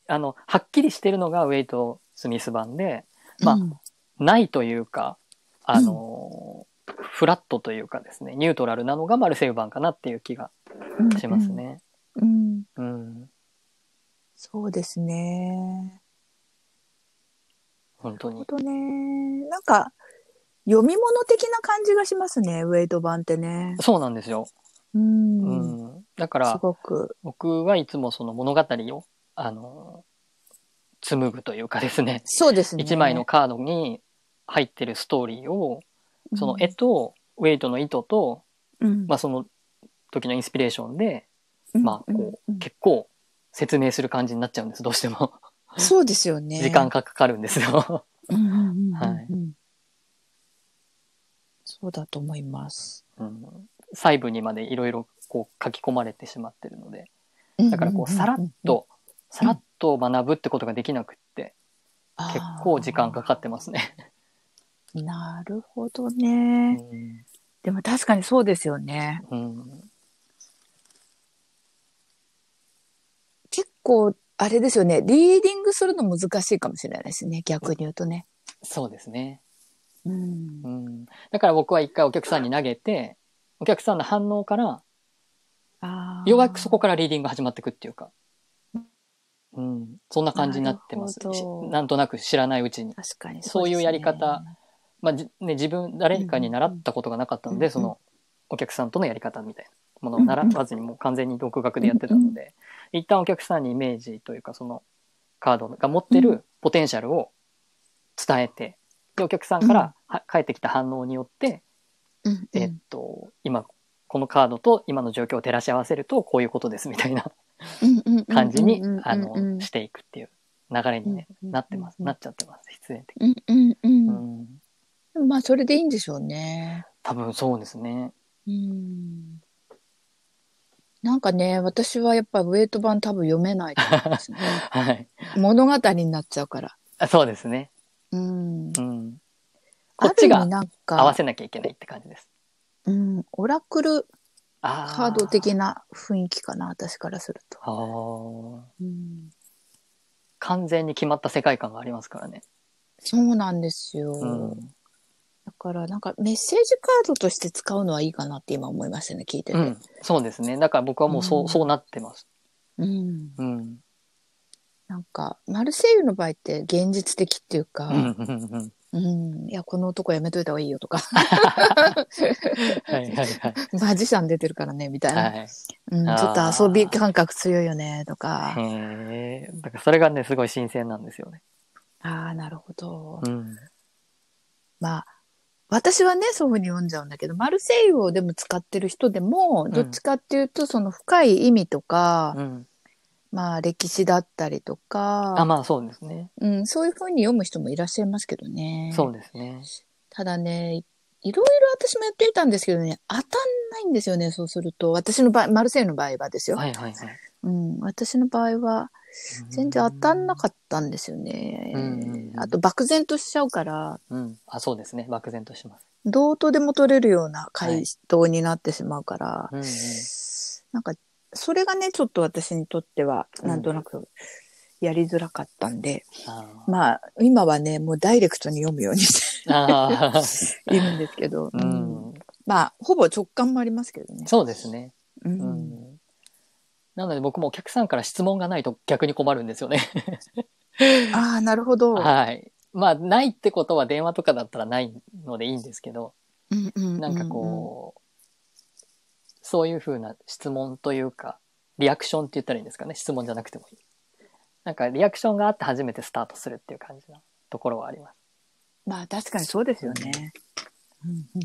A: あのはっきりしてるのがウェイト・スミス版で、まあ
B: うん
A: ないというか、あのーフラットというかですねニュートラルなのがマルセイユ版かなっていう気がします。ね。
B: うんうんうん
A: うん、
B: そうですね。
A: 本当
B: ほん
A: に。
B: とね。なんか、読み物的な感じがしますね、ウェイト版ってね。
A: そうなんですよ。
B: う。
A: うんん、だか
B: す
A: ら
B: ごく。
A: 僕はいつもその物語をあのー紡ぐというかですね、
B: そうですね。
A: 一枚のカードに入ってるストーリーをその絵とウェイトの意図と、
B: うん、
A: まあその時のインスピレーションで
B: うん
A: まあこ
B: うん
A: 結構説明する感じになっちゃうんです。どうしても
B: そうですよね。
A: 時間かかるんですよ。
B: うんうんうんうん。
A: はい
B: そうだと思います。
A: うん、細部にまでいろいろこう書き込まれてしまってるのでだからこうさらっとさらっと学ぶってことができなくって、結構時間かか
B: っ
A: ってますね。
B: て。なるほどね。でも確かにそうですよね。
A: うん、
B: 結構、あれですよね。リーディングするの難しいかもしれないですね。逆に言うとね。
A: そうですね。
B: うん
A: う。ん、だから僕は一回お客さんに投げて、お客さんの反応から、
B: あー
A: ようやくそこからリーディングが始まっていくっていうか、うん、そんな感じになってます。
B: なる
A: し
B: ほど
A: なんとなく知らないうちに。
B: 確かに
A: そういうやり方。まあじね、自分誰かに習ったことがなかったので、
B: うん
A: そのお客さんとのやり方みたいなものを習わずにもう完全に独学でやってたので、一旦お客さんにイメージというかそのカードが持って
B: う
A: るポテンシャルを伝えてでお客さんからは返ってきた反応によって、
B: そうですね
A: えっと今このカードと今の状況を照らし合わせるとこういうことですみたいな
B: うんうん
A: 感じに
B: うんうんうんうん
A: あのしていくっていう流れに、ね
B: うんうんうん
A: なってますなっちゃってます必然的
B: うんうんうん
A: に、うん、
B: まあそれでいいんでしょうね。
A: 多分そうですね
B: うん。なんかね、私はやっぱウェイト版多分読めないと思う んですね
A: はい
B: 物語になっちゃうから。
A: あそうですね
B: うん。
A: うん、こっち
B: ある意
A: が
B: 味なん
A: 合わ
B: か、
A: せなきゃいけないって感じです。
B: うん、オラクル
A: あ
B: カード
A: な。
B: 的な雰囲気かな、私からすると。
A: あー
B: うん、
A: 完全に決まった世界観がありますからね。
B: そうなんですよ。
A: うん。
B: だからなんかメッセージカードとして使うのはいいかなって今思いましたね、聞いて
A: う
B: て。
A: ん、そうですね。だから僕はもうそう、
B: うん
A: そうなってます。
B: うん
A: うん。
B: なんか、マルセイユの場合って現実的っていうか、
A: うんうんうん
B: うん。いや、この男やめといた方がいい よとか。
A: はい はいはい。
B: マジシャン出てるからね、みたいな。
A: はい
B: うん、
A: あー
B: ちょっと遊び感覚強いよね、とか。
A: へーだからそれがね、すごい新鮮なんですよね。
B: ああ、なるほど。
A: うん。
B: まあ、私はね、そういうふうに読んじゃうんだけど、マルセイユをでも使ってる人でも、
A: ん
B: どっちかっていうと、その深い意味とか、
A: うん、
B: まあ、歴史だったりと
A: あ、
B: か、
A: まあそうですね。
B: うん、そういうふうに読む人もいらっしゃいますけどね。
A: そうですね。
B: ただね、いいろいろ私もやってみたんですけどね、当たんないんですよね、そうすると。私の場合、マルセイユの場合はですよ。
A: はいはいはい。
B: うん、私の場合は、全然当たんなかったんですよね。
A: うんうんうん
B: あと、漠然としちゃうから、
A: た。うん。あ、そうですね。漠然とします。
B: どうとでも取れるような回答になってしまうから、
A: うんうん
B: なんか、それがね、ちょっと私にとっては、
A: うん
B: なんとなく、やりづらかったんで、
A: あ
B: まあ、今はね、もうダイレクトに読むようにし
A: ーあー。
B: ているんですけど、
A: うん
B: う。んまあ、ほぼ直感もありますけどね。
A: そうですね。
B: う。
A: うんんなので僕もお客さんから質問がないと逆に困るんですよね。
B: ああ、なるほど。
A: はい。まあ、ないってことは電話とかだったらないのでいいんですけど、
B: な
A: なんかこう、そういうふうな質問というか、リアクションって言ったらいいんですかね。質問じゃなくてもいい。なんかリアクションがあって初めてスタートするっていう感じなところはあります。
B: うん。まあ、確かにそうですよね。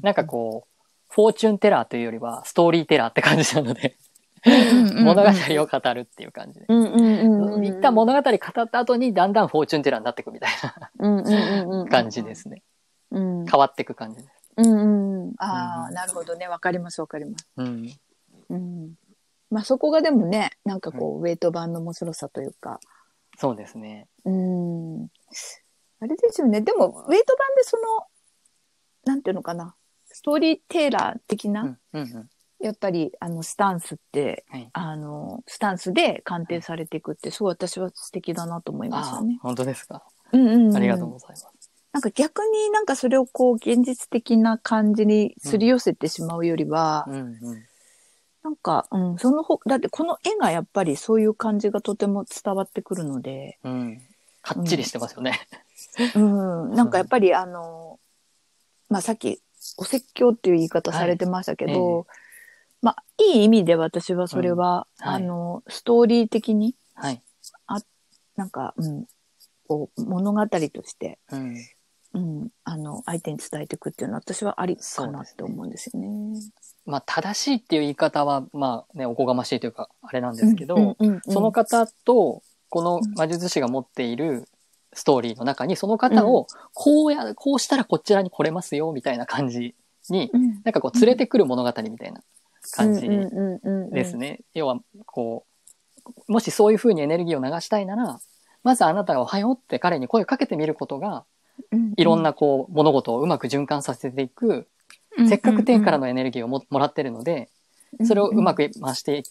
A: なんかこう、フォーチュンテラーというよりはストーリーテラーって感じなので、
B: う ん、
A: 物語を語るっていう感じで。
B: うんうんうんうん。
A: 一旦物語語った後にだんだんフォーチュンテラーになっていくみたいな。
B: うんうんうんうん
A: 感じで。すね。
B: うん。
A: 変わっていく感じです。
B: うんうん。あ
A: う
B: あ、
A: ん
B: なるほどね。わかりますわかります。
A: うん。
B: うん。まあそこがでもね、なんかこう、ウェイト版の面白さというか。
A: そうですね。
B: うん。あれですよね。でも、ウェイト版でその、なんていうのかな。ストーリーテーラー的
A: う
B: な、
A: ん。うんうん。
B: やっぱり、あの、スタンスって、
A: はい
B: あの、スタンスで鑑定されていくって、すごい私は素敵だなと思いまし
A: あ
B: た
A: あ
B: ね、。
A: 本当ですか。
B: うんうん、うん。
A: ありがとうございます。
B: なんか逆になんかそれをこう現実的な感じにすり寄せてしまうよりは、
A: うんうん。
B: なんか、うん、そのほ、だってこの絵がやっぱりそういう感じがとても伝わってくるので、
A: うん。かっちりしてますよね。
B: うん、なんかやっぱりあの、まあ、さっきお説教っていう言い方されてましたけど、
A: は
B: まあ、いい意味で私はそれは、
A: うんはい
B: あの、ストーリー的に、
A: はい。
B: なんか、うん、こう物語として、
A: うん。
B: うん、あの、相手に伝えていくっていうのは私はありかなって思うんですよね。
A: まあ、正しいっていう言い方は、まあね、おこがましいというか、あれなんですけど、
B: うんうんうんうん
A: その方と、この魔術師が持っているストーリーの中に、その方を、こうや、こうしたらこちらに来れますよ、みたいな感じに、
B: うん
A: なんかこう、連れてくる物語みたいな感じに
B: うんうんうんうん
A: ですね。要は、こう、もしそういうふうにエネルギーを流したいなら、まずあなたがおはようって彼に声をかけてみることが、いろんなこう、物事をうまく循環させていく、せっかく天からのエネルギーをももらってるので、それをうまく回して、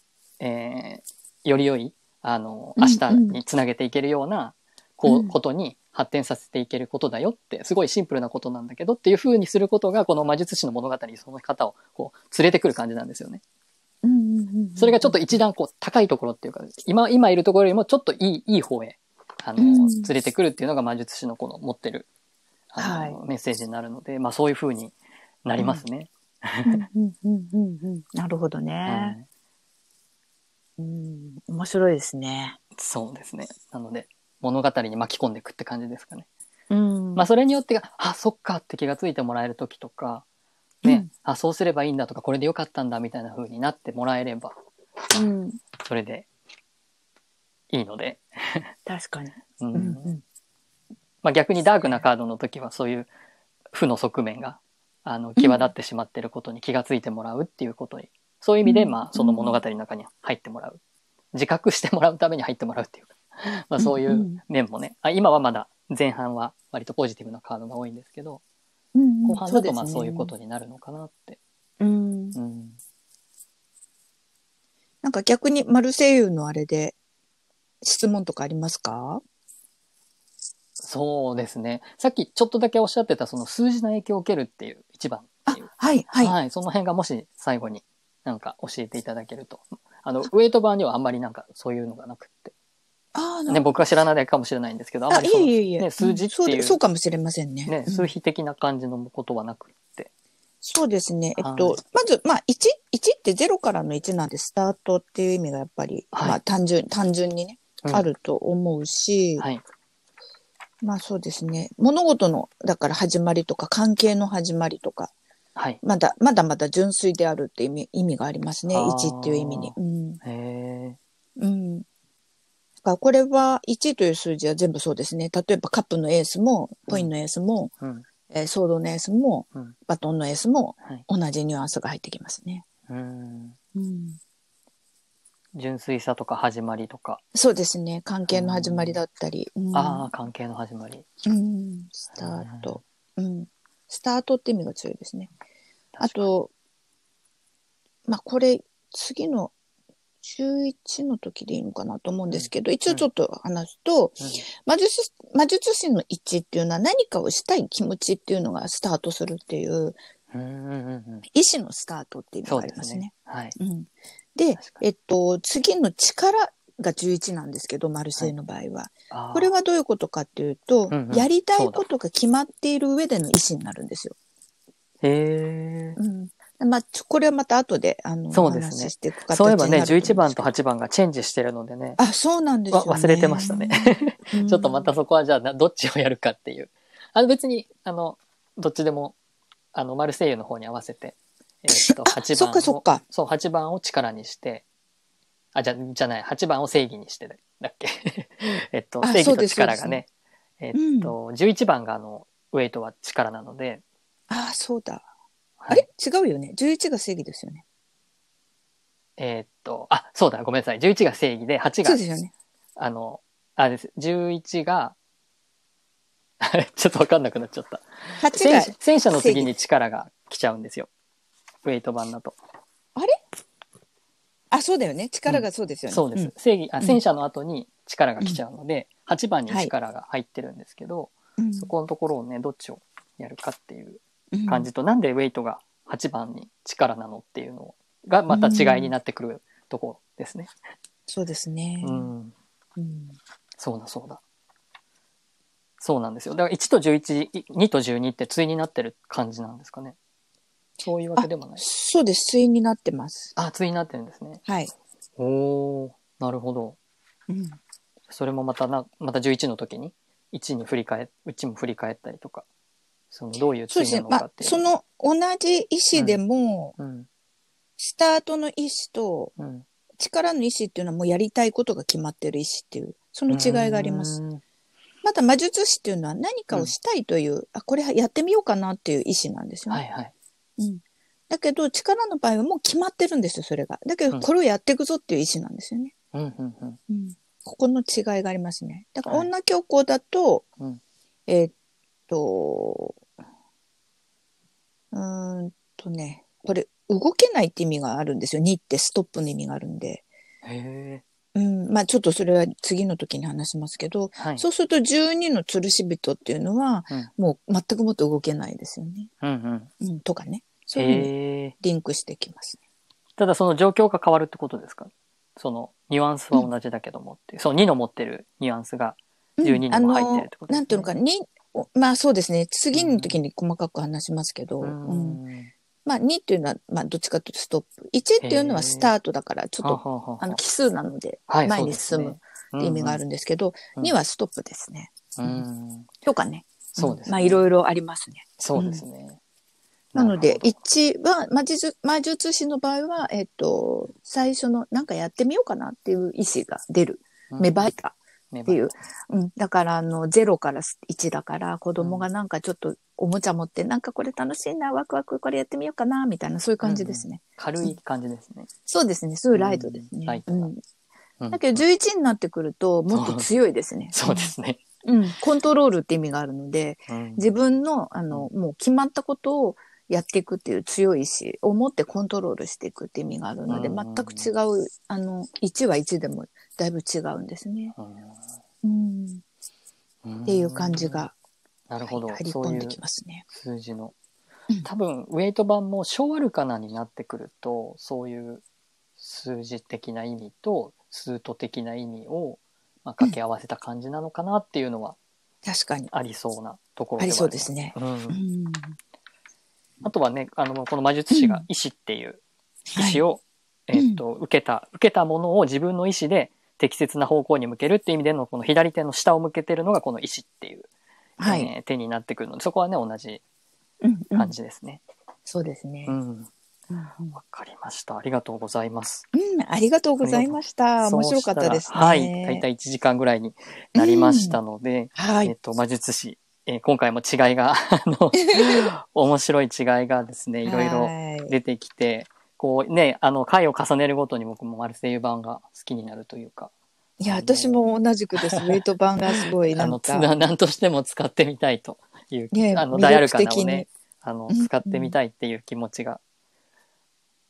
A: えーより良い、あの、
C: うんう
A: 明
C: ん
A: 日につなげていけるような、こ
C: う
A: う、
C: ん
A: ことに発展させていけることだよって、すごいシンプルなことなんだけどっていう風にすることが、この魔術師の物語にその方をこう、連れてくる感じなんですよね。それがちょっと一段こう、高いところっていうか、今、今いるところよりもちょっといい、いい方へ、あの、
C: うん
A: 連れてくるっていうのが魔術師のこの持ってる、あのメッセージになるので、まあそういう風になりますね。
B: なるほどね。
A: はい
B: うん、面白いですね。
A: そうですね。なので、物語に巻き込んでいくって感じですかね。
B: うん
A: まあ、それによって、あ、そっかって気がついてもらえる時とか、ね、
B: うん
A: あ、そうすればいいんだとか、これでよかったんだみたいな風になってもらえれば、
C: うん
A: それでいいので、
B: 確かに。
A: うん
B: うんうん
A: まあ、逆にダークなカードの時はそういう負の側面が、あの、際立ってしまってることに気がついてもらうっていうことに、そういう意味で、
B: うん
A: まあ、その物語の中に入ってもらう。自覚してもらうために入ってもらう っていうか、まあ、そうい
B: んう
A: うん面もね、あ今はまだ前半は割とポジティブなカードが多いんですけど、後半だとまあそういうこ。
C: ん
A: とになるのかなって。
C: うん
A: うん
B: なんか逆にマルセイユのあれで質問とかありますか？
A: そうですね。さっきちょっとだけおっしゃってたその数字の影響を受けるっていう一番っていう。
B: はいはい。
A: その辺がもし最後になんか教えていただけると。あの、ウェイト版にはあんまりなんかそういうのがなくって。
B: ああ、な
A: ね、
B: るほ
A: 僕は知らないだけかもしれないんですけど、あん
B: ど。
A: ま
B: あ、
A: り
B: い
A: そ
B: え
A: の
B: いえいえ。
A: ね数字っていうん
B: そうでそうかもしれませんね。
A: ね、
B: うん
A: 数比的な感じのことはなくって。
B: そうですね。えっ
A: は
B: と
A: い、
B: まず、まあ、1、一って0からの1なんで、スタートっていう意味がやっぱり、
A: はい
B: まあ、単純、単純にね、
A: うん
B: あると思うし、
A: はい。
B: まあそうですね。物事の、だから始まりとか、関係の始まりとか、
A: はい。
B: まだ、まだまだ純粋であるって意味、意味がありますね。
A: あー
B: 1っていう意味に。うん。
A: へえ。
B: うん。だからこれは1という数字は全部そうですね。例えばカップのエースも、コインのエースも、
A: うん。
B: えーソードのエースも、
A: うん
B: バトンのエースも、
A: はい。
B: 同じニュアンスが入ってきますね。
A: うん。
B: うん。
A: 純粋さとか始まりとか、
B: そうですね。関係の始まりだったり。うん、
A: ああ、関係の始まり。
B: うん。スタート。うん。スタートって意味が強いですね。あ
A: 確かに、
B: と、まあ、これ、次の11の時でいいのかなと思うんですけど、一応ちょっと話すと、魔術師、魔術師の1っていうのは何かをしたい気持ちっていうのがスタートするっていう、
A: うん、うんうんうんうん。
B: 意志のスタートっていう意味
A: そ
B: が
A: う
B: あ
A: で
B: りますす
A: ね
B: ね。。
A: はい。
B: うん、で
A: 確か、に
B: えっと、次の力が11なんですけど、マルセイの場合は。
A: あー
B: これはどういうことかっていう
A: う
B: と、
A: んうん
B: やりたいことが決まっている上での意思になるんですよ。
A: へ
B: うん、まあ、ちょこれはまた後で、あの、
A: そ
B: お
A: うですね
B: 話ししていく
A: え。
B: 形
A: そういえばね、
B: になる
A: 11
B: と思うん
A: 番
B: です
A: と
B: け
A: 8
B: ど。
A: 番がチェンジしてるのでね。
B: あ、そうなんですよ、ね。
A: わ忘れてましたね
B: うん。
A: ちょっとまたそこはじゃあな、どっちをやるかっていう。あの別に、あの、どっちでも、あの、マルセイユの方に合わせて、えーっと、
B: あ、
A: 8
B: そ
A: 番を、
B: っかそっか。
A: そう、8番を力にして、あ、じゃ、じゃない、8番を正義にしてだだっけ。 えっと、
B: あ
A: 正義
B: そう
A: と
B: です
A: 力がね、えっと、11番があの、ウェイトは力なので、
B: あ、そうだ。
A: はい
B: あれ違うよね。11が正義ですよね。
A: えーっと、あ、そうだ、ごめんなさい。11が正義で、8
B: そ
A: が
B: うですよね。
A: あの、あれです。11が、 あれちょっとわかんなくなっちゃった。
B: 8
A: 戦
B: が
A: 車、戦車の次に力が来ちゃうんですよ。ウェイト版だと。
B: あ、そうだよね。力がそうですよね。
A: そうです。
B: ん
A: 正義、
B: う
A: あ、
B: ん
A: 戦車の後に力が来ちゃうので、8番に力が入ってるんですけど、
B: うん
A: そこのところをね、どっちをやるかっていう
B: うん
A: 感じと、なんでウェイトが8番に力なのっていうのが、また違いになってくるところですね。
B: そうですね。
A: うん。
B: うん
A: そうだそうだ。そうなんですよ。だから1と11、い2と12って対になってる感じなんですかね。そういうわけでもない。
B: そうです。対になってます。
A: あ、対になってるんですね。
B: はい。
A: おお、なるほど。
B: うん
A: それもまたな、また11の時に、1に振り返、1も振り返ったりとか、そのどういう
B: そうで
A: 対な
B: すね。
A: の
B: ま
A: か
B: あ
A: っ、ていう。
B: その同じ意思でも、
A: うん、
B: スタートの意思と
A: うん。
B: 力の意思っていうのはもうやりたいことが決まってる意思っていう、その違いがあります。
A: うーん。
B: また魔術師っていうのは何かをしたいという、あ、これやってみようかなっていう意思なんですよね。
A: はいはい。
B: だけど力の場合はもう決まってるんですよ、それが。だけ
A: う
B: ど
A: ん
B: これをやっていくぞっていう意思なんですよね。
A: うんうんうん
B: ここの違いがありますね。だから
A: はい
B: 女教皇だと、
A: うん
B: えーっと、うーんとね、これ動けないって意味があるんですよ。にってストップの意味があるんで。
A: へえ
B: うん、まあちょっとそれは次の時に話しますけど、
A: はい
B: そうすると12の吊るし人っていうのは、もう全くもっと動けないですよね。
A: うんうん
B: うん、とかね。そういうのに
A: へえ
B: リンクしてきますね。
A: ただその状況が変わるってことですかそのニュアンスは同じだけどもっていう、その2の持ってるニュアンスが12にも入ってるってことです
B: あの
A: ね
B: なんていうのかな、に、おまあそうですね。次の時に細かく話しますけど、
A: うん
B: うんまあ、2っていうのは、まあ、どっちかというとストップ。1っていうのはスタートだから、ちょっ
A: は
B: と、
A: はは
B: あの、奇数なので、
A: はい
B: 前に進むって意味があるんですけど、
A: うん
B: 2はストップですね。
A: そうですねうんうん
B: とかね。
A: そうですね
B: んまあ、いろいろありますね。
A: そうですね
B: なの
A: なる、
B: で
A: ほど
B: 1は、魔術、魔術師の場合は、えっと、最初の、なんかやってみようかなっていう意思が出る。
A: うん
B: 芽生えた。
A: っ
B: っていううん。だから、あの、0から1だから、子供がなんかちょっとおもちゃ持って、なんかこれ楽しいな、ワクワク、これやってみようかな、みたいな、そういう感じですね。
A: 軽い感じですね。
B: そうですね。すごいライトです
A: うん
B: ね。
A: ライト
B: う
A: なんうん
B: だけど11になってくるともっと強いですね。
A: そうで。すね。
B: うん。コントロールって意味があるので、
A: うん
B: 自分の、あの、もう決まったことをやっていくっていう強い意志を持ってコントロールしていくって意味があるので、
A: うん
B: 全く違う、あの、1は1でもだいぶ違うんですね。うん。
A: うん
B: っていう感じが、
A: なるほど
B: はい入り
A: そう
B: 込
A: い
B: ん
A: う
B: できますね。
A: 数字の
B: うん
A: 多分ウェイト版も小アルカナになってくるとそういう数字的な意味と数と的な意味をまあ掛け合わせた感じなのかなっていうのは
B: 確かに。
A: ありそうなところ
B: あり
A: は
B: そうですね。
A: ありますう
B: う
A: ん
B: ん。
A: あとはねあのこの魔術師
B: う
A: が
B: ん
A: 意志っていう意
B: はい
A: 志を、えっと受けた受けたものを自分の意志で適切な方向に向けるっていう意味でのこの左手の下を向けてるのがこの意志っていう、
B: はい。
A: えー手になってくるのでそこはね同じ
B: うんうん
A: 感じですね。
B: そうですね
A: う。ん
B: うんうん
A: わかりました。ありがとうございます。
B: うん、ありがとうございました。面白かったです
A: そ
B: ね。
A: うしたらはい。だいたい1時間ぐらいになりましたので、
B: は
A: えっ
B: い。
A: と、魔術師、えー今回も違いが、 あの、面白い違いがです ね、いろいろ
B: ろ。
A: 出てきて、こうね、あの、回を重ねるごとに僕もマルセイユ版が好きになるというか、
B: いや、私も同じく です。ウェイト版がすごい、
A: あ
B: なん
A: の、つ
B: か。
A: な何としても使ってみたいという、
B: ね
A: あの、
B: 魅力的に
A: ダイアルカナをね、あの
B: う、ん
A: 使ってみたいっていう気持ちが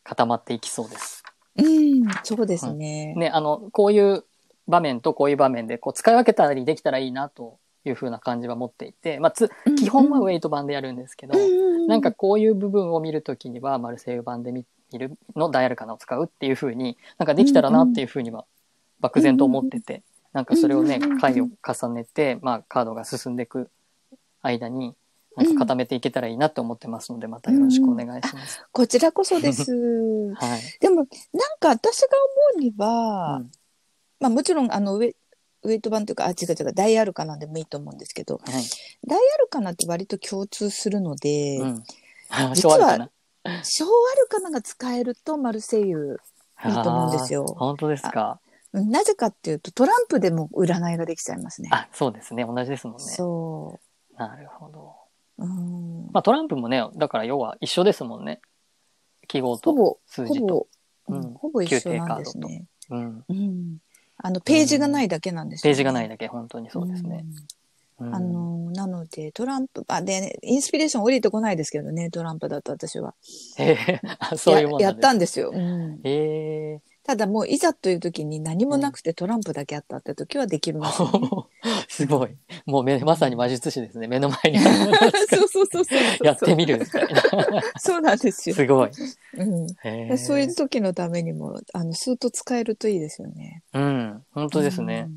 A: 固まっていきそうです。
B: うん、そうですね。
A: ね、あの、こういう場面とこういう場面で、こう、使い分けたりできたらいいなというふうな感じは持っていて、まあ、つ、
B: うん
A: 基本はウェイト版でやるんですけど、
B: うん
A: なんか、こういう部分を見るときには、マルセイユ版で見見るのダイヤルかなを使うっていうふうに、なんかできたらなっていうふうには、漠然と思ってて、なんかそれをね
B: うんうんうん、
A: 回を重ねて、まあ、カードが進んでいく間に、なんか固めていけたらいいなと思ってますので、またよろしくお願いします。
B: こちらこそ です。
A: はい。
B: でも、なんか私が思うには、
A: うん
B: まあもちろん、あの、ウェウェイト版というか、あ、違う違う、ダイアルカナでもいいと思うんですけど、
A: はい。
B: ダイアルカナって割と共通するので、
A: うん。
B: 実は
A: 昭和かな
B: 小アルカナが使えるとマルセイユいいと思うんですよ
A: あー本当ですか。
B: うんなぜかっていうとトランプでも占いができちゃいますね。
A: あ、そうですね。同じですもんね。
B: そ
A: なるほど。
B: う。うん
A: まあトランプもね、だから要は一緒ですもんね。記号
B: ほ
A: と
B: ぼ、
A: 数
B: ほ
A: 字
B: ぼ
A: と。、
B: う
A: う
B: ん
A: ん
B: ほぼ一緒なんですね。
A: うん。
B: うん、あのページがないだけなんです
A: ページがない
B: だ
A: だけ、本当にそうですね。。うん
B: んあ、のなのでトランプあで、インスピレーション降りてこないですけどねトランプだと私は
A: へえあそういうもんな
B: やや
A: ん
B: っ
A: で
B: た
A: す。
B: んですよ、うん
A: へえ。
B: ただもういざという時に何もなくてトランプだけあったって時はできるん ですよ、ね、
A: すごい。もうめまさに魔術師ですね。目の 前に
B: そうそうそうそうそう
A: やってみるみたいな。
B: そうなんです よ、
A: すごい。
B: うん、
A: へえ
B: そういう時のためにもあのスーッと使えるといいですよね
A: うん。本当ですね。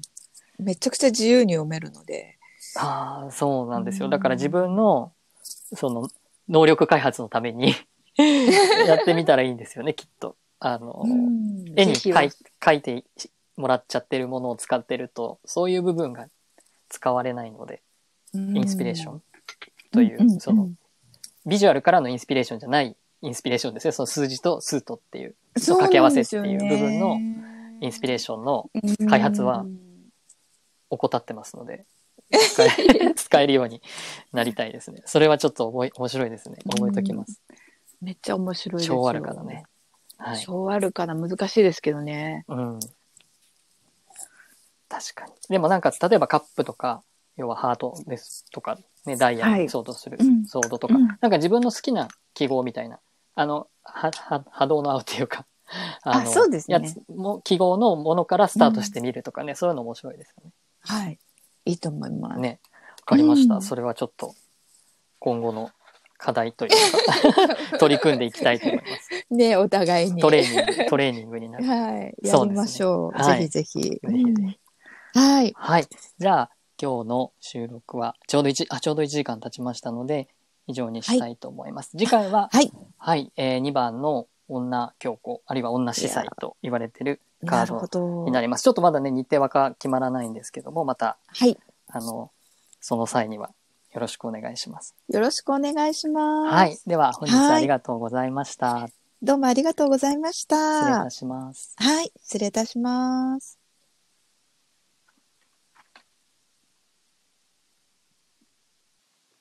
B: うん。めちゃくちゃ自由に読めるので。
A: ああ、そうなんです
B: う
A: よ。
B: ん
A: だから自分の、その、能力開発のため にやってみたらいいんですよね、きっと。あの、絵に描い描いてもらっちゃってるものを使ってると、そういう部分が使われないので、インスピレーションという、その、、ビジュアルからのインスピレーションじゃないインスピレーションですね。その数字と数とっていう
B: 掛
A: 掛け合わせっていう部分のインスピレー
B: シ
A: ションの
B: ョ
A: 開発は怠ってますので、使え使えるようになりたいですね。それはちょっと覚え面白いですね。覚えときます。
B: めっちゃ面白いですよ。
A: 超あるからね。はい。
B: 超あるから難しいですけどね。
A: うん。確かに。でもなんか、例えばカップとか、要はハートですとか、ね、ダイヤ
C: は
A: に
C: い
A: ソードする、
C: うん
A: ソードとか、
C: うん
A: なんか自分の好きな記号みたいな、あの、は、は、波動の合うっていうか、
C: あそうですね
A: やつも、記号のものからスタートしてみるとかね、そういうの面白いですよね。
C: はい。いいと思います。
A: ね。わかりました。
C: うん
A: それはちょっと、今後の課題という か、取り組んでいきたいと思います。
B: ね、お互いに。
A: トレーニング、トレーニングになる。
B: はい。や
A: そうですね
B: りましょう。
A: はい
B: ぜひぜひ。
A: ぜひぜひ
B: うんはい。
A: はい。じゃあ、今日の収録は、ちょうど1、あ、ちょうど1時間経ちましたので、以上にしたいと思います。次回は、
B: はい。
A: はい、えー、2番の女教皇、あるいは女司祭と言われてるカ
B: な
A: ー
B: るほ
A: ド
B: ど
A: に。なります。ちょっとまだね、日程はか決まらないんですけども、また、
B: はい。
A: あの、その際には、よろしくお願いします。
B: よろしくお願いします。
A: はい。。では、本日はありがとうございました。
B: どうもありがとうございまし
A: 失礼い
B: た
A: た。します。
B: はい。失礼いたします。